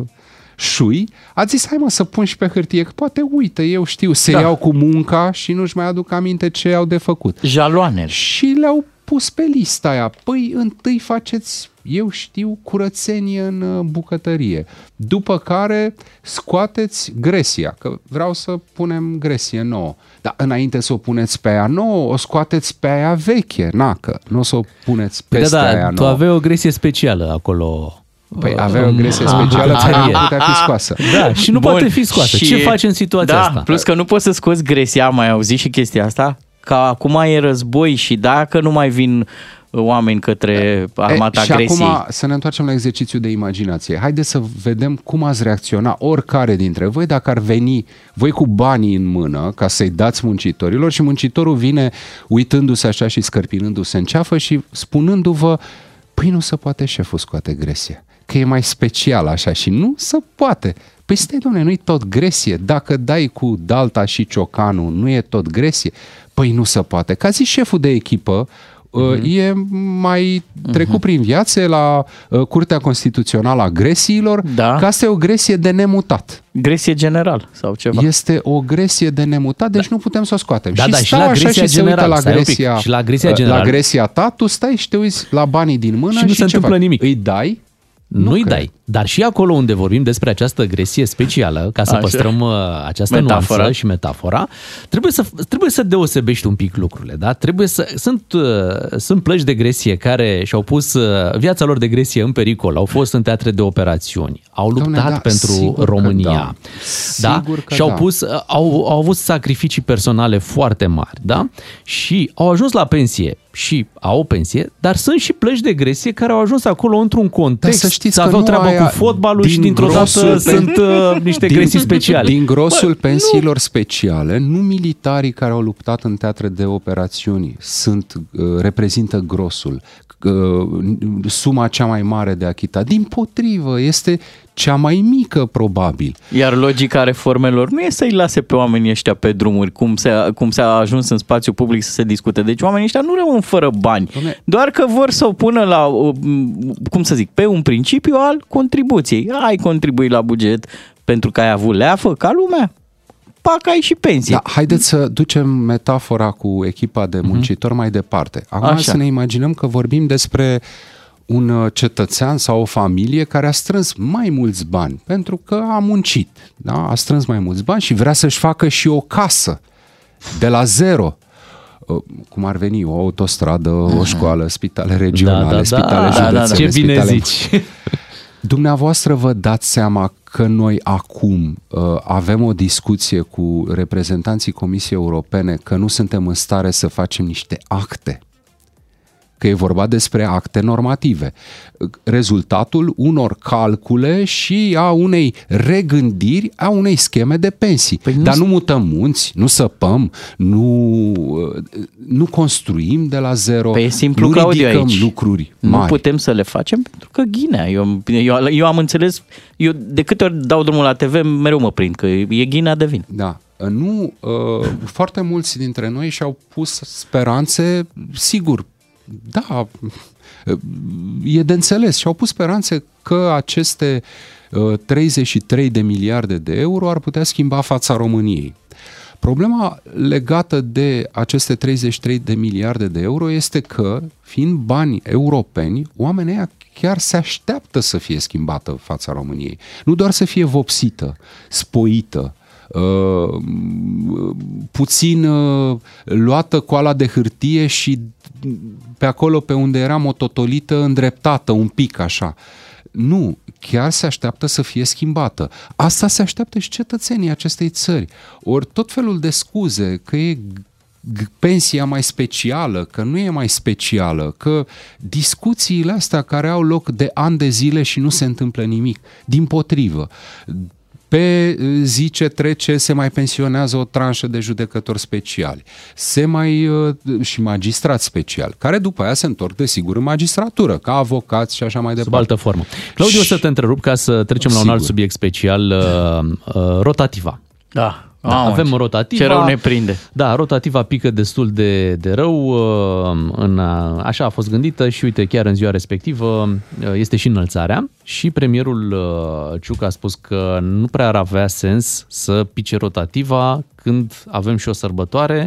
șui, a zis, hai mă să pun și pe hârtie, că poate uite, eu știu, se da. iau cu munca și nu-și mai aduc aminte ce au de făcut.
Jaloane.
Și le-au pus pe lista aia. Păi întâi faceți, eu știu, curățenie în uh, bucătărie. După care scoateți gresia, că vreau să punem gresie nouă. Dar înainte să o puneți pe aia nouă, o scoateți pe aia veche, na, că nu o să o puneți
Păi da,
peste
da,
aia
tu
nouă.
aveai o gresie specială acolo.
Păi avea o
Ah,
gresie specială care nu putea fi scoasă.
Da, și nu poate fi scoasă. Ce faci în situația
da,
asta?
plus că nu poți să scoți gresia, am mai auzit și chestia asta, că acum e război și dacă nu mai vin oameni către armata
E, și
agresiei.
acum să ne întoarcem la exercițiul de imaginație. Haideți să vedem cum ați reacționa oricare dintre voi dacă ar veni voi cu banii în mână ca să-i dați muncitorilor și muncitorul vine uitându-se așa și scărpinându-se în ceafă și spunându-vă păi nu se poate șeful scoate gresie, că e mai special așa și nu se poate. Păi stai, domne, nu-i tot gresie. Dacă dai cu dalta și ciocanul, nu e tot gresie. Păi nu se poate. Ca zis șeful de echipă, uh
Mhm.
e mai trecut prin viață la uh, Curtea Constituțională a Gresiilor, da. că asta e o gresie de nemutat.
Gresie general sau ceva.
Este o gresie de nemutat, deci nu putem să o scoatem.
Da,
și
da, și
stau
la
așa
gresia
și se uită
general,
la
stai un pic,
gresia,
și la gresia
uh,
general.
la gresia ta, tu stai și te uiți la banii din mână
și nu
și
se
ce
întâmplă
faci?
nimic.
Îi dai?
Nu-i
cred.
dai. Dar și acolo unde vorbim despre această gresie specială, ca să
Așa.
păstrăm uh, această
Metafora.
nuanță și metafora, trebuie să, trebuie să deosebești un pic lucrurile. Da? Trebuie să, sunt, uh, sunt plăci de gresie care și-au pus uh, viața lor de gresie în pericol. Au fost în teatre de operațiuni. Au luptat
Doamne, da,
pentru
sigur că
România.
da.
Da?
Sigur că
Și-au
da.
pus, uh, au, au avut sacrificii personale foarte mari. Da? Și au ajuns la pensie și au o pensie, dar sunt și plăci de gresie care au ajuns acolo într-un context
Dar să știți că
aveau
nu
treabă
aia
cu fotbalul și
din
dintr-o dată
grosul pe-
sunt uh, niște
din-
gresii speciale.
Din grosul
Bă,
Bă, pensiilor nu. speciale, nu militarii care au luptat în teatre de operațiuni sunt uh, reprezintă grosul, uh, suma cea mai mare de achitat. Din potrivă, este cea mai mică probabil.
Iar logica reformelor nu e să-i lase pe oamenii ăștia pe drumuri, cum se, cum s-a ajuns în spațiu public să se discute. Deci oamenii ăștia nu rămân fără bani, Doamne. doar că vor să o pună la, o, m, cum să zic, pe un principiu al contribuției. Ai contribuit la buget pentru că ai avut leafă ca lumea, pac, ai și pensie.
Da, haideți să ducem metafora cu echipa de muncitori mai departe. Acum
Așa.
Așa. să ne imaginăm că vorbim despre un uh, cetățean sau o familie care a strâns mai mulți bani pentru că a muncit, da? a strâns mai mulți bani și vrea să-și facă și o casă de la zero. Uh, Cum ar veni, o autostradă, o școală, spitale regionale,
da, da.
spitale
Da, da, da.
județene,
Ce bine
spitale...
zici.
Dumneavoastră vă dați seama că noi acum uh, avem o discuție cu reprezentanții Comisiei Europene că nu suntem în stare să facem niște acte. Că e vorba despre acte normative. Rezultatul unor calcule și a unei regândiri a unei scheme de pensii. Păi Dar nu mutăm munți, nu săpăm, nu, uh, nu construim de la zero,
Păi e simplu,
nu
Claudiu,
ridicăm
aici.
lucruri
Nu
mari.
putem să le facem pentru că ghinea. Eu, eu, eu am înțeles, eu de câte ori dau drumul la TV, mereu mă prind că e ghinea de vin.
Da. Nu, uh, foarte mulți dintre noi și-au pus speranțe, sigur, da, uh, e de înțeles, și-au pus speranțe că aceste uh, 33 de miliarde de euro ar putea schimba fața României. Problema legată de aceste 33 de miliarde de euro este că, fiind bani europeni, oamenii aia chiar se așteaptă să fie schimbată fața României. Nu doar să fie vopsită, spoită, uh, puțin uh, luată coala de hârtie și pe acolo pe unde era mototolită îndreptată un pic așa. Nu, chiar se așteaptă să fie schimbată. Asta se așteaptă și cetățenii acestei țări. Ori tot felul de scuze că e g- pensia mai specială, că nu e mai specială, că discuțiile astea care au loc de ani de zile și nu se întâmplă nimic. Din potrivă, pe uh, zi ce trece se mai pensionează o tranșă de judecători speciali, se mai uh, și magistrați speciali, care după aia se întorc desigur în magistratură, ca avocați și așa mai departe.
altă formă. Claudiu, o să te întrerup ca să trecem la un alt subiect special, uh, uh, rotativa.
Da.
Da,
Mamă,
avem
ce-
rotativa.
ce rău ne prinde.
Da, rotativa pică destul de, de rău. uh, În, a- așa a fost gândită și uite, chiar în ziua respectivă uh, este și înălțarea și premierul uh, Ciuc a spus că nu prea ar avea sens să pice rotativa când avem și o sărbătoare.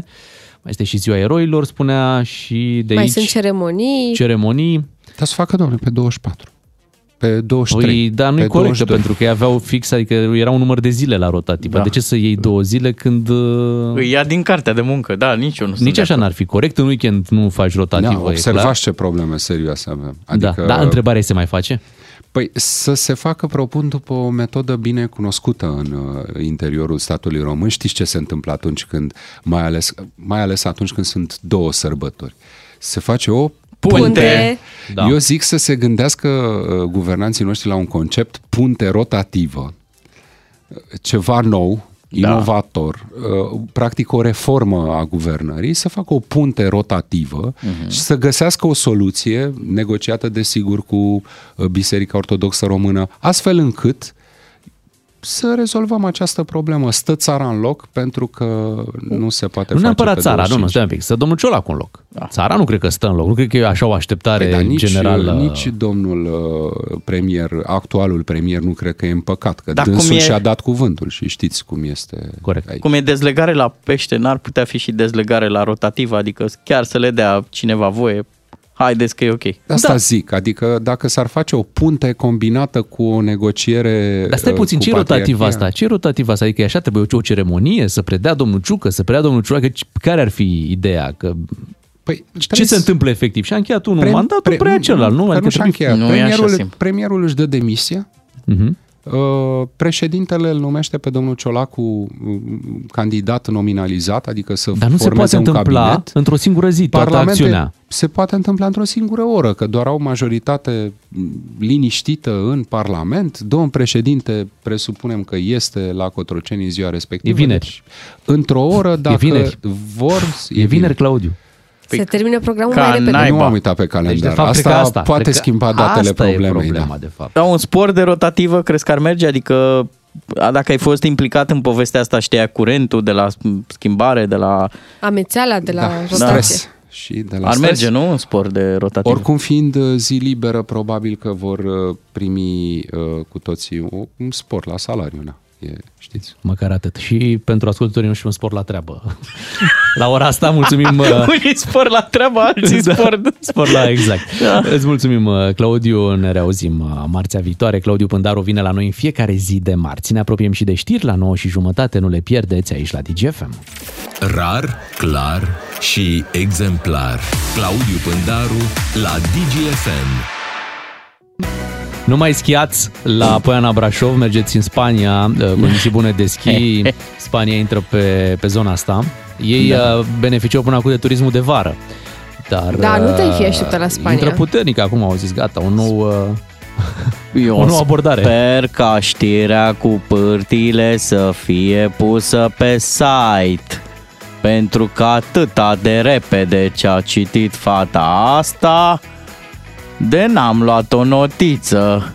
Mai este și ziua eroilor, spunea, și de
Mai
aici
sunt ceremonii.
ceremonii.
Dar să facă, doamne, pe 24. Pe 23.
Păi, dar nu e
pe
corectă,
22.
pentru că ei aveau fix, adică era un număr de zile la rotativă. Da.
Da.
De ce să iei două zile când... uh,
Păi,
Îi Păi ia din cartea de muncă, da, nici eu nu sunt
Nici
de
așa
acord.
n-ar fi corect, în weekend nu faci rotativă,
Da,
e clar.
observați ce probleme serioase avem. Adică,
Da, da, întrebarea se mai face?
Păi să se facă propun după o metodă bine cunoscută în uh, interiorul statului român. Știți ce se întâmplă atunci când, mai ales, mai ales atunci când sunt două sărbători. Se face o
Punte.
Da. Eu zic să se gândească uh, guvernanții noștri la un concept punte rotativă, ceva nou,
Da.
inovator, uh, practic o reformă a guvernării, să facă o punte rotativă
Mhm.
uh-huh. și să găsească o soluție negociată desigur cu uh, Biserica Ortodoxă Română, astfel încât să rezolvăm această problemă. Stă țara în loc pentru că nu se poate
Nu
face
neapărat
pe
țara,
25.
nu, nu, stai un pic. Să domnul Ciolacu în loc. Da. Țara nu cred că stă în loc. Nu cred că e uh, așa o așteptare
Păi, dar
nici, generală.
nici domnul uh, premier, actualul premier, nu cred că e împăcat, că
Dar
dar
cum
dânsul
e-
e... și-a dat cuvântul și știți cum este Corect. aici.
Cum e dezlegare la pește, n-ar putea fi și dezlegare la rotativă, adică chiar să le dea cineva voie, haideți că e ok.
De Asta da. zic, adică dacă s-ar face o punte combinată cu o negociere
Dar stai
uh,
puțin,
cu
ce rotativ
patriarhia-
asta? Ce rotativ asta? Adică e așa trebuie o ceremonie să predea domnul Ciucă, să predea domnul Ciucă, care ar fi ideea? Că...
Păi,
ce se întâmplă efectiv? Și a încheiat unul
Pre-
mandatul, pre, preia celălalt, nu?
Că
Adică
nu și-a
trebuie-
încheiat. Premierul, premierul își dă demisia,
Mhm.
Uh, Președintele îl numește pe domnul Ciolacu uh, candidat nominalizat, adică să
Dar nu se
formeze
poate
un
întâmpla
cabinet.
într-o singură zi toată acțiunea.
se poate întâmpla într-o singură oră, că doar au majoritate m, liniștită în Parlament. Domn președinte, presupunem că este la Cotroceni în ziua respectivă.
E vineri.
Deci, într-o oră, dacă
vineri.
vor... E
vineri, Claudiu.
Se termină programul mai repede.
Nu am uitat pe calendar.
de fapt, cred
asta,
că asta-
poate
cred că
schimba datele
asta e
problemei.
problema,
da.
de fapt.
Dar un spor de rotativă crezi că ar merge? Adică a, dacă ai fost implicat în povestea asta, știa curentul de la schimbare, de la...
Amețeala de la da.
Stres. Și de la
ar
stres.
merge, nu? Un spor de rotativă.
Oricum fiind uh, zi liberă, probabil că vor uh, primi uh, cu toții o- un spor la salariu. Na. E, știți?
Măcar atât. Și pentru ascultătorii noștri un spor la treabă. la ora asta mulțumim... uh,
Unii spor la treaba, alții
Da.
spor...
Spor la exact. Da. Îți mulțumim, uh, Claudiu, ne reauzim uh, marțea viitoare. Claudiu Pândaru vine la noi în fiecare zi de marți. Ne apropiem și de știri la 9 și jumătate, nu le pierdeți aici la DGFM.
Rar, clar și exemplar. Claudiu Pândaru la DGFM.
Nu mai schiați la Poiana Brașov, mergeți în Spania, uh, condiții bune de schi, Spania intră pe, pe zona asta. Ei
Da.
da. beneficiau până acum de turismul de vară. Dar,
Da, nu te-ai fi
uh,
așteptat la Spania.
Intră puternic acum, au zis, gata, un nou... uh,
Eu
O nouă abordare.
Sper ca știrea cu pârtile să fie pusă pe site. Pentru că atâta de repede ce a citit fata asta, de n-am luat o notiță.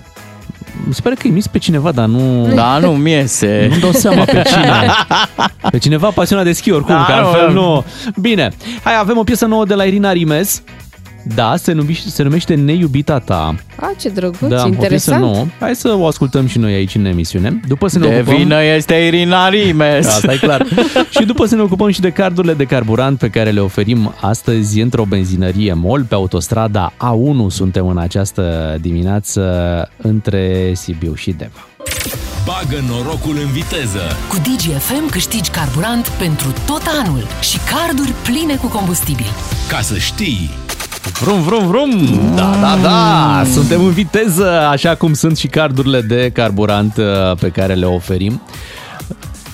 Sper că imiți pe cineva, dar nu...
Da, nu mi iese.
Nu-mi dau seama pe cine. Pe cineva pasionat de schi oricum,
Da,
da, că altfel
nu.
nu. Bine, hai, avem o piesă nouă de la Irina Rimes. Da, se numește, se numește Neiubita ta.
A, ce drăguț,
da, o piesă
interesant.
nouă. Hai să o ascultăm și noi aici în emisiune. După să ne
De
ocupăm... Da,
vină este Irina Rimes.
Asta e clar. și după să ne ocupăm și de cardurile de carburant pe care le oferim astăzi într-o benzinărie MOL pe autostrada A1. Suntem în această dimineață între Sibiu și Deva.
Bagă norocul în viteză.
Cu DGFM câștigi carburant pentru tot anul și carduri pline cu combustibil.
Ca să știi.
Vrum, vrum, vrum! Da, da, da! Suntem în viteză, așa cum sunt și cardurile de carburant uh, pe care le oferim.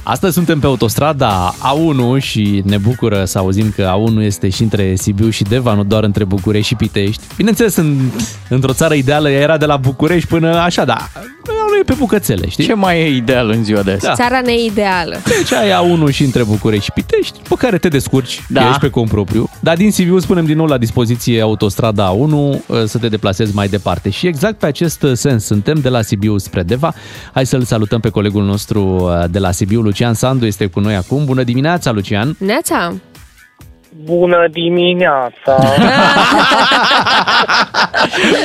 Astăzi suntem pe autostrada A1 și ne bucură să auzim că A1 este și între Sibiu și Deva, nu doar între București și Pitești. Bineînțeles, în, într-o țară ideală ea era de la București până așa, dar A1 e pe bucățele, știi?
Ce mai e ideal în ziua de azi?
Da. Țara neideală.
Deci ai A1 și între București și Pitești, pe care te descurci,
Da.
da. ești pe cont propriu. Dar din Sibiu spunem din nou la dispoziție autostrada A1 eh, să te deplasezi mai departe. Și exact pe acest eh, sens suntem de la Sibiu spre Deva. Hai să-l salutăm pe colegul nostru eh, de la Sibiu, Lucian Sandu este cu noi acum. Bună dimineața, Lucian!
Neața.
Bună dimineața!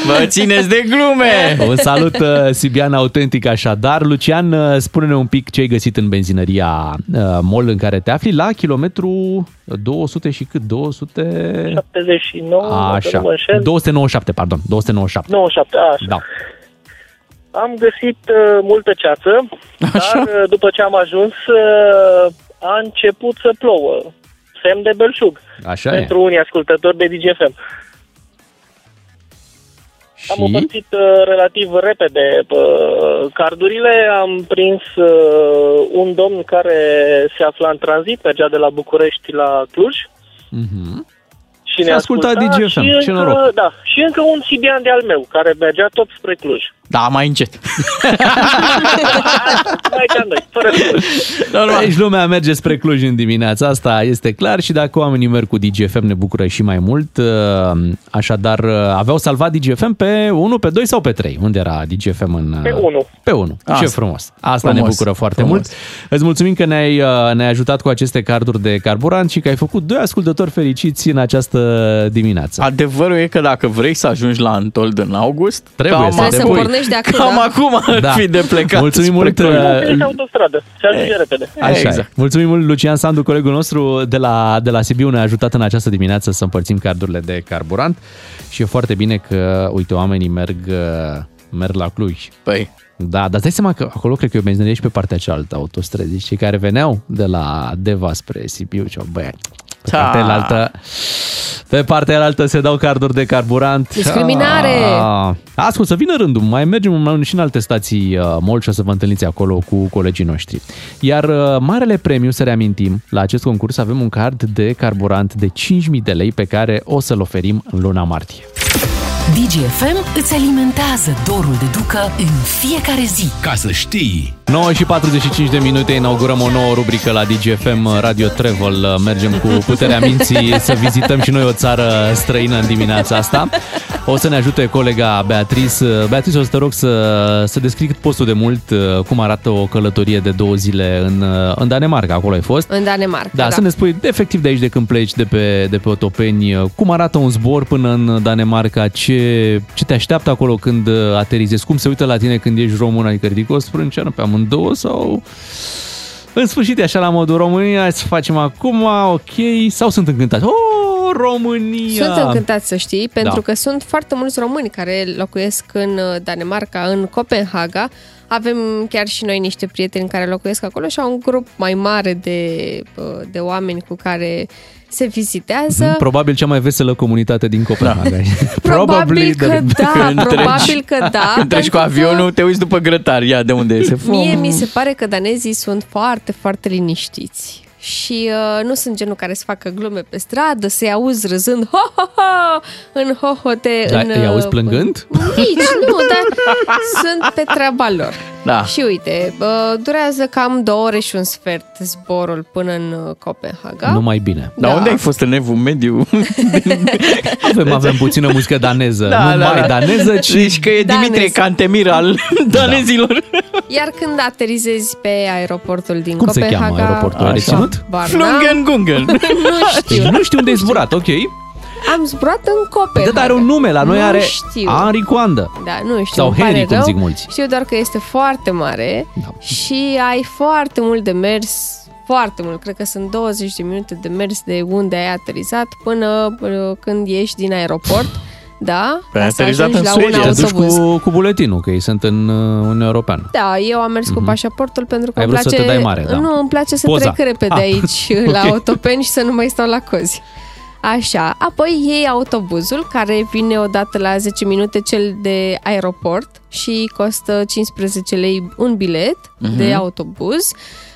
Vă țineți de glume!
Un salut eh, Sibian autentic așadar. Lucian, eh, spune-ne un pic ce ai găsit în benzinăria eh, MOL în care te afli la kilometru 200 și cât? 200...
79, dacă
Așa.
nu mă înșel,
297, pardon. 297.
97, așa.
Da.
Am găsit uh, multă ceață, dar uh, după ce am ajuns uh, a început să plouă. Semn de belșug
Așa
pentru unii ascultători de DGFM. Am împărțit uh, relativ repede uh, cardurile, am prins uh, un domn care se afla în tranzit, mergea de la București la Cluj. Și
Și
ne
asculta
asculta
DGFM.
și
Ce
încă,
noroc.
Da, și încă un sibian de-al meu, care mergea tot spre Cluj.
Da, mai încet.
Deci lumea merge spre Cluj în dimineața asta, este clar și dacă oamenii merg cu DGFM ne bucură și mai mult. Uh, Așadar, aveau salvat DGFM pe 1, pe 2 sau pe 3? Unde era DGFM în... uh,
Pe 1.
Pe 1.
Asta.
Ce frumos. Asta
Frumos,
ne bucură foarte
frumos.
mult. Îți mulțumim că ne-ai, uh, ne-ai ajutat cu aceste carduri de carburant și că ai făcut doi ascultători fericiți în această dimineață.
Adevărul e că dacă vrei să ajungi la Antold în august,
Trebuie
cam
să te
acum-
pui.
Pornești de acum.
Cam acum ar
Da.
fi de plecat.
Mulțumim mult,
spre Cluj.
uh,
Pe autostradă. Se ajunge repede.
Așa exact. e. Mulțumim mult, Lucian Sandu, colegul nostru de la, de la Sibiu, ne-a ajutat în această dimineață să împărțim cardurile de carburant și e foarte bine că, uite, oamenii merg, uh, merg la Cluj.
Păi.
Da, dar îți dai seama că acolo cred că e o benzinărie și pe partea cealaltă a autostrăzii. Cei care veneau de la Deva spre Sibiu, ce băi, pe
Ta.
partea altă, pe partea altă se dau carduri de carburant.
Discriminare!
Ah. Ascult, să vină rândul. Mai mergem în- și în alte stații uh, mol și o să vă întâlniți acolo cu colegii noștri. Iar uh, marele premiu, să reamintim, la acest concurs avem un card de carburant de 5.000 de lei pe care o să-l oferim în luna martie.
DGFM îți alimentează dorul de ducă în fiecare zi.
Ca să știi! 9 și 45 de minute inaugurăm o nouă rubrică la DGFM Radio Travel. Mergem cu puterea minții să vizităm și noi o țară străină în dimineața asta. O să ne ajute colega Beatrice. Beatrice, o să te rog să, să descrii cât poți tu de mult uh, cum arată o călătorie de două zile în, uh, în Danemarca, acolo ai fost.
În Danemarca,
Da,
da.
să ne spui efectiv de aici de când pleci de pe, de pe Otopeni, uh, cum arată un zbor până în Danemarca, ce, ce te așteaptă acolo când uh, aterizezi, cum se uită la tine când ești român, adică ridică o sprânceană pe amândouă sau... În sfârșit, e așa la modul România, hai să facem acum, ok, sau sunt încântați? O, România!
Sunt încântat să știi, pentru
Da.
că sunt foarte mulți români care locuiesc în uh, Danemarca, în Copenhaga. Avem chiar și noi niște prieteni care locuiesc acolo și au un grup mai mare de, uh, de oameni cu care se vizitează.
Mhm, Probabil cea mai veselă comunitate din Copenhaga.
Probabil că da, probabil
treci-
că da,
Când treci
pentru
cu
că-
avionul, te uiți după grătar. Ia, de unde este?
Mie mi se pare că danezii sunt foarte, foarte liniștiți. Și uh, nu sunt genul care să facă glume pe stradă, să-i auzi râzând ho, ho, ho, în hohote.
Da,
în,
îi auzi
uh,
plângând?
Nici, nu, dar sunt pe treaba lor.
Da.
Și uite, uh, durează cam două ore și un sfert zborul până în uh, Copenhaga.
Nu mai bine.
Dar
Da.
unde ai fost în evul mediu? Deci,
Avem, avem puțină muzică daneză.
Da,
nu
da,
mai
da.
daneză, ci...
Deci că e Dimitrie
Danez.
Cantemir al danezilor.
Iar când aterizezi pe aeroportul din
Cum se
Copenhaga...
cheamă aeroportul? Ai reținut?
Flungengungen.
nu știu.
Deci nu știu unde ai zburat, ok?
Am zburat în
Da,
Copenhaga.
dar are un nume, la noi
nu
are
știu.
Henri Coandă.
Da, nu știu,
Sau
îmi pare
Henry, cum
rău.
zic mulți.
Știu doar că este foarte mare da. și ai foarte mult de mers, foarte mult, cred că sunt 20 de minute de mers de unde ai aterizat până uh, când ieși din aeroport, da?
Pe
ca să ajungi la un
Te duci
autobuz.
cu, cu buletinul, că ei sunt în uh, Uniunea Europeană.
Da, eu am mers cu pașaportul pentru că
Mhm. Ai
îmi
vrut să
place...
te dai mare, da.
Nu, îmi place să
Poza.
trec repede
Ah,
aici
ok.
la autopeni și să nu mai stau la cozi. Așa, apoi iei autobuzul care vine odată la 10 minute cel de aeroport și costă 15 lei un bilet
Mhm.
de autobuz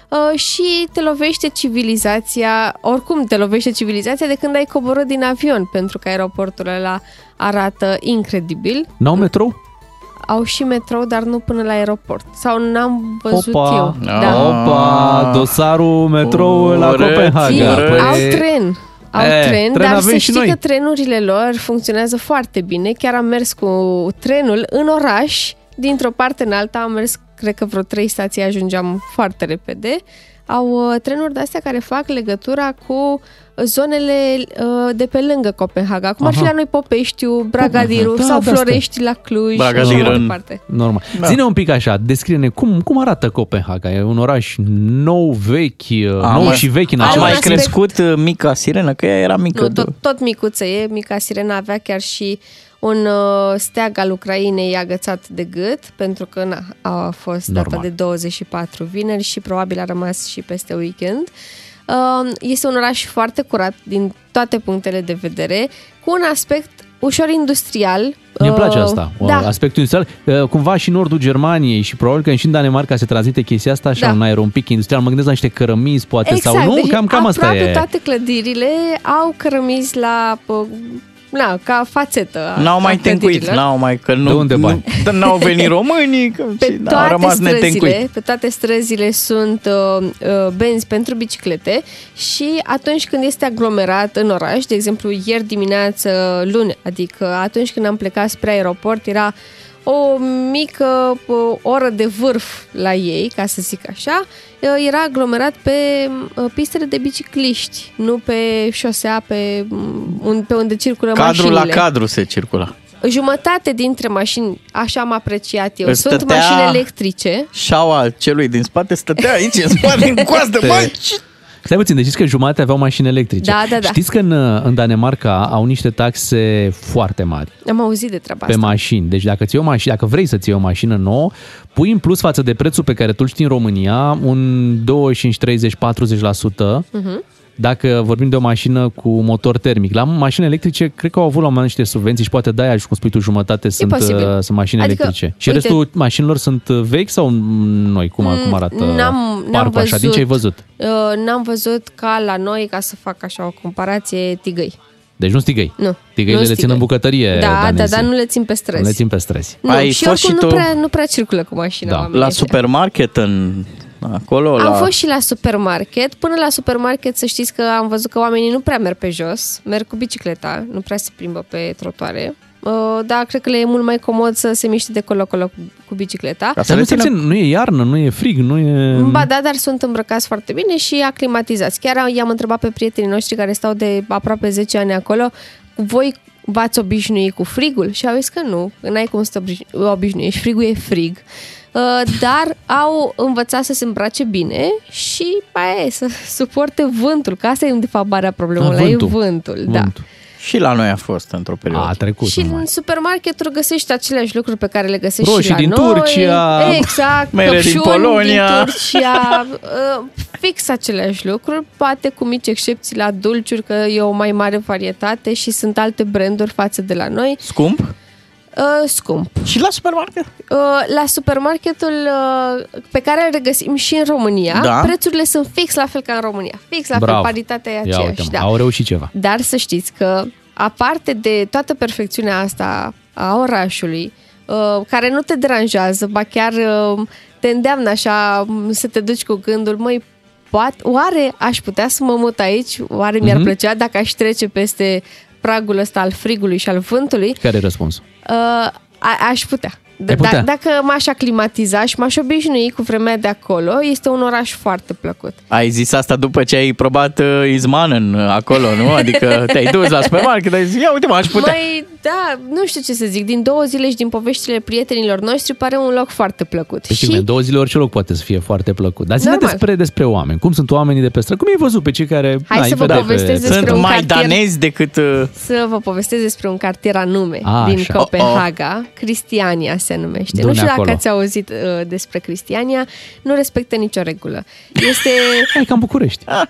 uh, și te lovește civilizația, oricum te lovește civilizația de când ai coborât din avion, pentru că aeroportul ăla arată incredibil.
N-au metrou?
Au și metrou, dar nu până la aeroport. Sau n-am văzut eu. Da.
Opa, opa, dosarul metrou la
Urât,
Copenhaga.
urât.
Păi-
Au tren. Au
E,
e, tren,
tren
dar
avem
să
și
știi
noi.
că trenurile lor funcționează foarte bine. Chiar am mers cu trenul în oraș, dintr-o parte în alta, am mers, cred că vreo trei stații ajungeam foarte repede. Au uh, trenuri de-astea care fac legătura cu zonele uh, de pe lângă Copenhaga, cum ar
Aha.
fi la noi Popeștiu, Bragadiru
Da,
sau
de-astea.
Florești la Cluj și așa mai departe.
Normal.
Da.
Zine un pic așa, descrie-ne cum, cum arată Copenhaga. E un oraș nou, vechi, uh, nou și vechi în
Am
același
mai
timp.
crescut uh, mica sirenă, că ea era mică.
Nu, tot, tot micuță e, mica sirena avea chiar și un uh, steag al Ucrainei agățat de gât, pentru că na, a fost data
Normal.
de 24 vineri și probabil a rămas și peste weekend. Uh, este un oraș foarte curat din toate punctele de vedere, cu un aspect ușor industrial.
Mi-e
Uh,
place asta,
Da,
aspectul industrial. Uh, Cumva și în nordul Germaniei și probabil că și în Danemarca se transmite chestia asta așa
Da.
un aer un pic industrial. Mă gândesc la niște cărămizi, poate,
exact.
sau nu?
deci
cam, cam asta
aproape
e.
toate clădirile au cărămizi la... pă, na, ca fațetă. a-
N-au mai
a
tencuit,
clădirilor.
n-au mai, că nu... De unde
bani?
Nu, n-au venit românii, că
Pe
și da, au
toate
rămas
străzile,
netencuit.
pe toate străzile sunt uh, uh, benzi pentru biciclete și atunci când este aglomerat în oraș, de exemplu ieri dimineață, luni, adică atunci când am plecat spre aeroport, era o mică uh, oră de vârf la ei, ca să zic așa, uh, era aglomerat pe uh, pistele de bicicliști, nu pe șosea, pe, um, un- pe unde circulă
Cadru la
mașinile
cadru se circula.
jumătate dintre mașini, așa am apreciat eu,
Îți
sunt
stătea-
mașini electrice.
Șaua celui din spate stătea aici, în spate, în coastă,
Te-
bă,
Stai puțin, deci știți că jumate aveau mașini electrice.
Da, da, da.
Știți că în, uh, în Danemarca au niște taxe foarte mari
Am auzit de treaba
pe
asta.
mașini. Deci dacă, ți o mașină, dacă vrei să ții o mașină nouă, pui în plus față de prețul pe care tu îl știi în România, un 25, 30, 40%.
Mhm.
Dacă vorbim de o mașină cu motor termic. La mașini electrice, cred că au avut la un moment dat niște subvenții și poate de-aia, cum spui tu, jumătate sunt,
posibil.
uh, sunt mașini
Adică,
electrice. Și
uite- Mm,
restul mașinilor sunt uh, vechi sau noi? Cum, cum arată
n-am- n-am
parcul așa? Din ce ai văzut?
Uh, N-am văzut ca la noi, ca să fac așa o comparație, tigăi.
Deci nu stigăi.
Nu.
Tigăile
nu
le țin
stigăi.
în bucătărie
Da,
danezii.
da, dar nu le țin pe străzi.
Le țin pe străzi.
Nu,
Ai
și
fost
oricum
și
nu,
tu?
prea, nu prea circulă cu mașina.
Da.
oamenii
La
ăștia.
supermarket, în, acolo, la...
Am fost și la supermarket. Până la supermarket să știți că am văzut că oamenii nu prea merg pe jos, merg cu bicicleta, nu prea se plimbă pe trotuare. Uh, Dar cred că le e mult mai comod să se miște de colo-colo cu- cu bicicleta.
Dar nu, se țin, nu e iarnă, nu e frig, nu e...
Ba da, dar sunt îmbrăcați foarte bine și aclimatizați. Chiar i-am întrebat pe prietenii noștri care stau de aproape 10 ani acolo, voi v-ați obișnuit cu frigul? Și au zis că nu, că n-ai cum să te obiș- obișnuiești, frigul e frig. Uh, Dar au învățat să se îmbrace bine și aia e, să suporte vântul, că asta e de fapt marea problemă, la ei vântul. Da.
Și la noi a fost într-o perioadă. A
trecut
Și în supermarketuri găsești aceleași lucruri pe care le găsești
Roșii
și la
din
noi.
Turcia,
Exact,
mere din
căpșuni
Polonia.
din Turcia, uh, fix aceleași lucruri, poate cu mici excepții la dulciuri, că e o mai mare varietate și sunt alte branduri față de la noi.
Scump?
Uh, scump.
Și la supermarket?
Uh, la supermarketul uh, pe care îl regăsim și în România,
Da.
prețurile sunt fix la fel ca în România. Fix la fel,
Bravo.
paritatea e
Ia
aceeași.
uite,
da.
da. au reușit ceva.
Dar să știți că, aparte de toată perfecțiunea asta a orașului, uh, care nu te deranjează, ba chiar uh, te îndeamnă așa um, să te duci cu gândul, măi, poate, oare aș putea să mă mut aici? Oare mi-ar
Mhm.
plăcea dacă aș trece peste pragul ăsta al frigului și al vântului?
Care e răspunsul?
Uh, a- aș putea. D-
Ai putea.
Da, dacă m-aș aclimatiza și m-aș obișnui cu vremea de acolo, este un oraș foarte plăcut.
Ai zis asta după ce ai probat uh, Izman în, uh, acolo, nu? Adică te-ai dus la supermarket, ai zis, ia uite mă, aș putea.
Mai, da, nu știu ce să zic. Din două zile și din poveștile prietenilor noștri pare un loc foarte plăcut.
Deci, și... două zile orice loc poate să fie foarte plăcut. Dar zine
Normal.
despre, despre oameni. Cum sunt oamenii de pe stră? Cum ai văzut pe cei care...
Hai să
îi
vă
vedeai
povestesc
pe...
despre Sunt un mai cartier. danezi
decât... Uh...
Să vă povestesc despre un cartier anume
A,
din
așa. Oh,
Copenhaga. Cristiania se numește.
Dune
nu știu
acolo.
dacă ați auzit uh, despre Cristiania. Nu respectă nicio regulă. Este...
Hai ca în București.
Uh,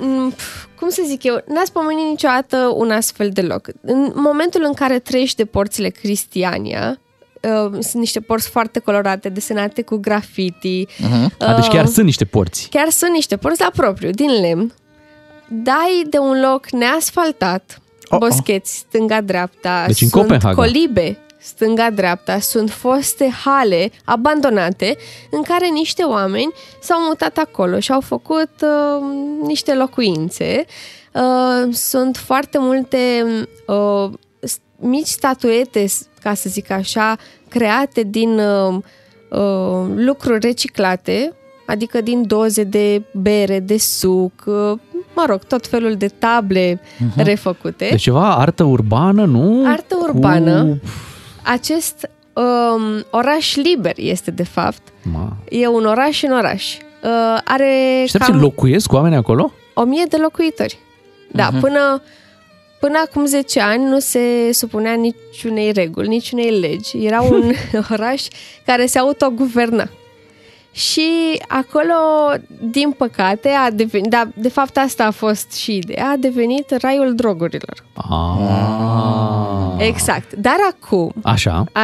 m, pf, cum să zic eu, n-ați pomenit niciodată un astfel de loc. În momentul în care treci de porțile Cristiania, uh, sunt niște porți foarte colorate, desenate cu grafiti.
Uh-huh. A, deci chiar
Uh,
sunt niște porți.
Chiar sunt niște porți la propriu, din lemn. Dai de un loc neasfaltat, oh, boscheți stânga-dreapta,
Deci în
sunt
Copenhaga.
colibe stânga-dreapta, sunt foste hale abandonate în care niște oameni s-au mutat acolo și au făcut uh, niște locuințe. Uh, sunt foarte multe uh, s- mici statuete, s- ca să zic așa, create din uh, uh, lucruri reciclate, adică din doze de bere, de suc, uh, mă rog, tot felul de table
Mhm.
refăcute.
Deci ceva artă urbană, nu?
Artă urbană. Acest um, oraș liber este, de fapt.
Ma.
E un oraș în oraș. Uh, are
Și stai
cam
puțin, locuiesc oamenii acolo?
o mie de locuitori. Da,
Mhm.
până, până acum 10 ani nu se supunea niciunei reguli, niciunei legi. Era un oraș care se autoguverna. Și acolo, din păcate, a devenit, da, de fapt asta a fost și ideea, a devenit raiul drogurilor.
Ah.
Exact. Dar acum,
Așa.
a,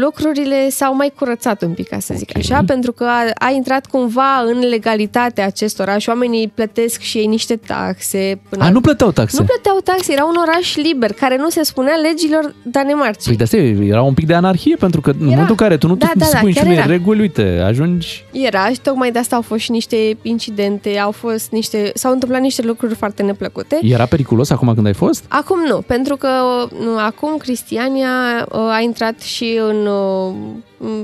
lucrurile s-au mai curățat un pic, ca să zic așa, pentru că a, a intrat cumva în legalitatea acestora și oamenii plătesc și ei niște taxe. Până
A, nu plăteau taxe.
nu plăteau taxe, era un oraș liber, care nu se spunea legilor Danemarcei.
Păi de asta e- era un pic de anarhie, pentru că în momentul în care tu nu
Da,
da,
da,
da,
da,
spui
chiar
da,
era.
reguli, uite, ajungi...
Era și tocmai de asta au fost și niște incidente, au fost niște, s-au întâmplat niște lucruri foarte neplăcute.
Era periculos acum când ai fost?
Acum nu, pentru că nu, acum Cristiania uh, a intrat și în... uh,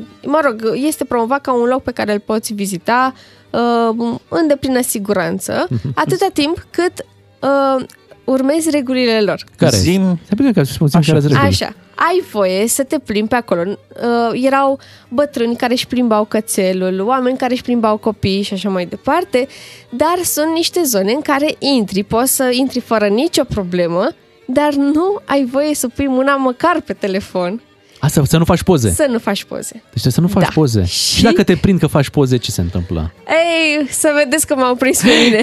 m- Mă rog, este promovat ca un loc pe care îl poți vizita uh, în deplină siguranță,
Mhm.
atâta timp cât uh, urmezi regulile lor.
Care? Zim... Să bine că spun care sunt regulile.
Așa, ai voie să te plimbi pe acolo. Uh, erau bătrâni care își plimbau cățelul, oameni care își plimbau copii și așa mai departe, dar sunt niște zone în care intri, poți să intri fără nicio problemă, dar nu ai voie să pui mâna măcar pe telefon,
Asta, să nu faci poze.
să nu faci poze.
Deci să nu faci
Da.
poze. Și... și dacă te prind că faci poze, ce se întâmplă?
Ei, să vedeți că m-au prins pe mine.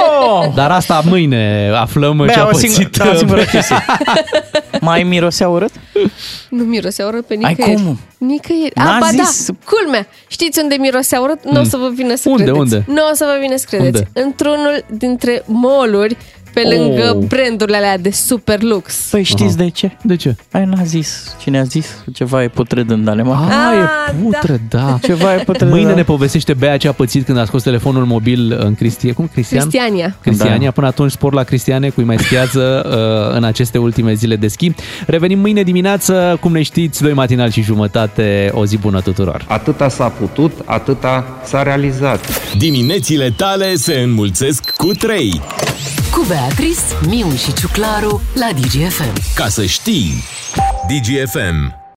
Oh. Dar asta mâine aflăm
Bea,
ce a
o sing-
pățit.
da, o singură chestie. Mai mirosea urât?
Nu mirosea urât pe
Ai
nicăieri.
cum?
Nicăieri.
N-a
A, ba
zis.
da, culmea. Știți unde mirosea urât? Nu o
Mm.
să vă vină să
Unde,
credeți.
unde?
Nu o să vă vină să credeți.
Unde?
Într-unul dintre moluri pe
Oh.
lângă brandurile alea de super lux.
Păi știți de ce?
De ce?
Ai n-a zis. Cine a zis? Ceva e putred în
Ah,
Danemarca.
e putră, da. da.
Ceva e putred.
Mâine ne povestește Bea ce a pățit când a scos telefonul mobil în Cristie. Cum? Cristian?
Cristiania.
Cristiania.
Da.
Până atunci spor la Cristiane cu mai schiază uh, în aceste ultime zile de schi. Revenim mâine dimineață, cum ne știți, doi matinal și jumătate. O zi bună tuturor!
Atâta s-a putut, atâta s-a realizat.
Diminețile tale se înmulțesc cu 3.
Cu Beatrice, Miu și Ciuclaru la DGFM.
Ca să știi! DGFM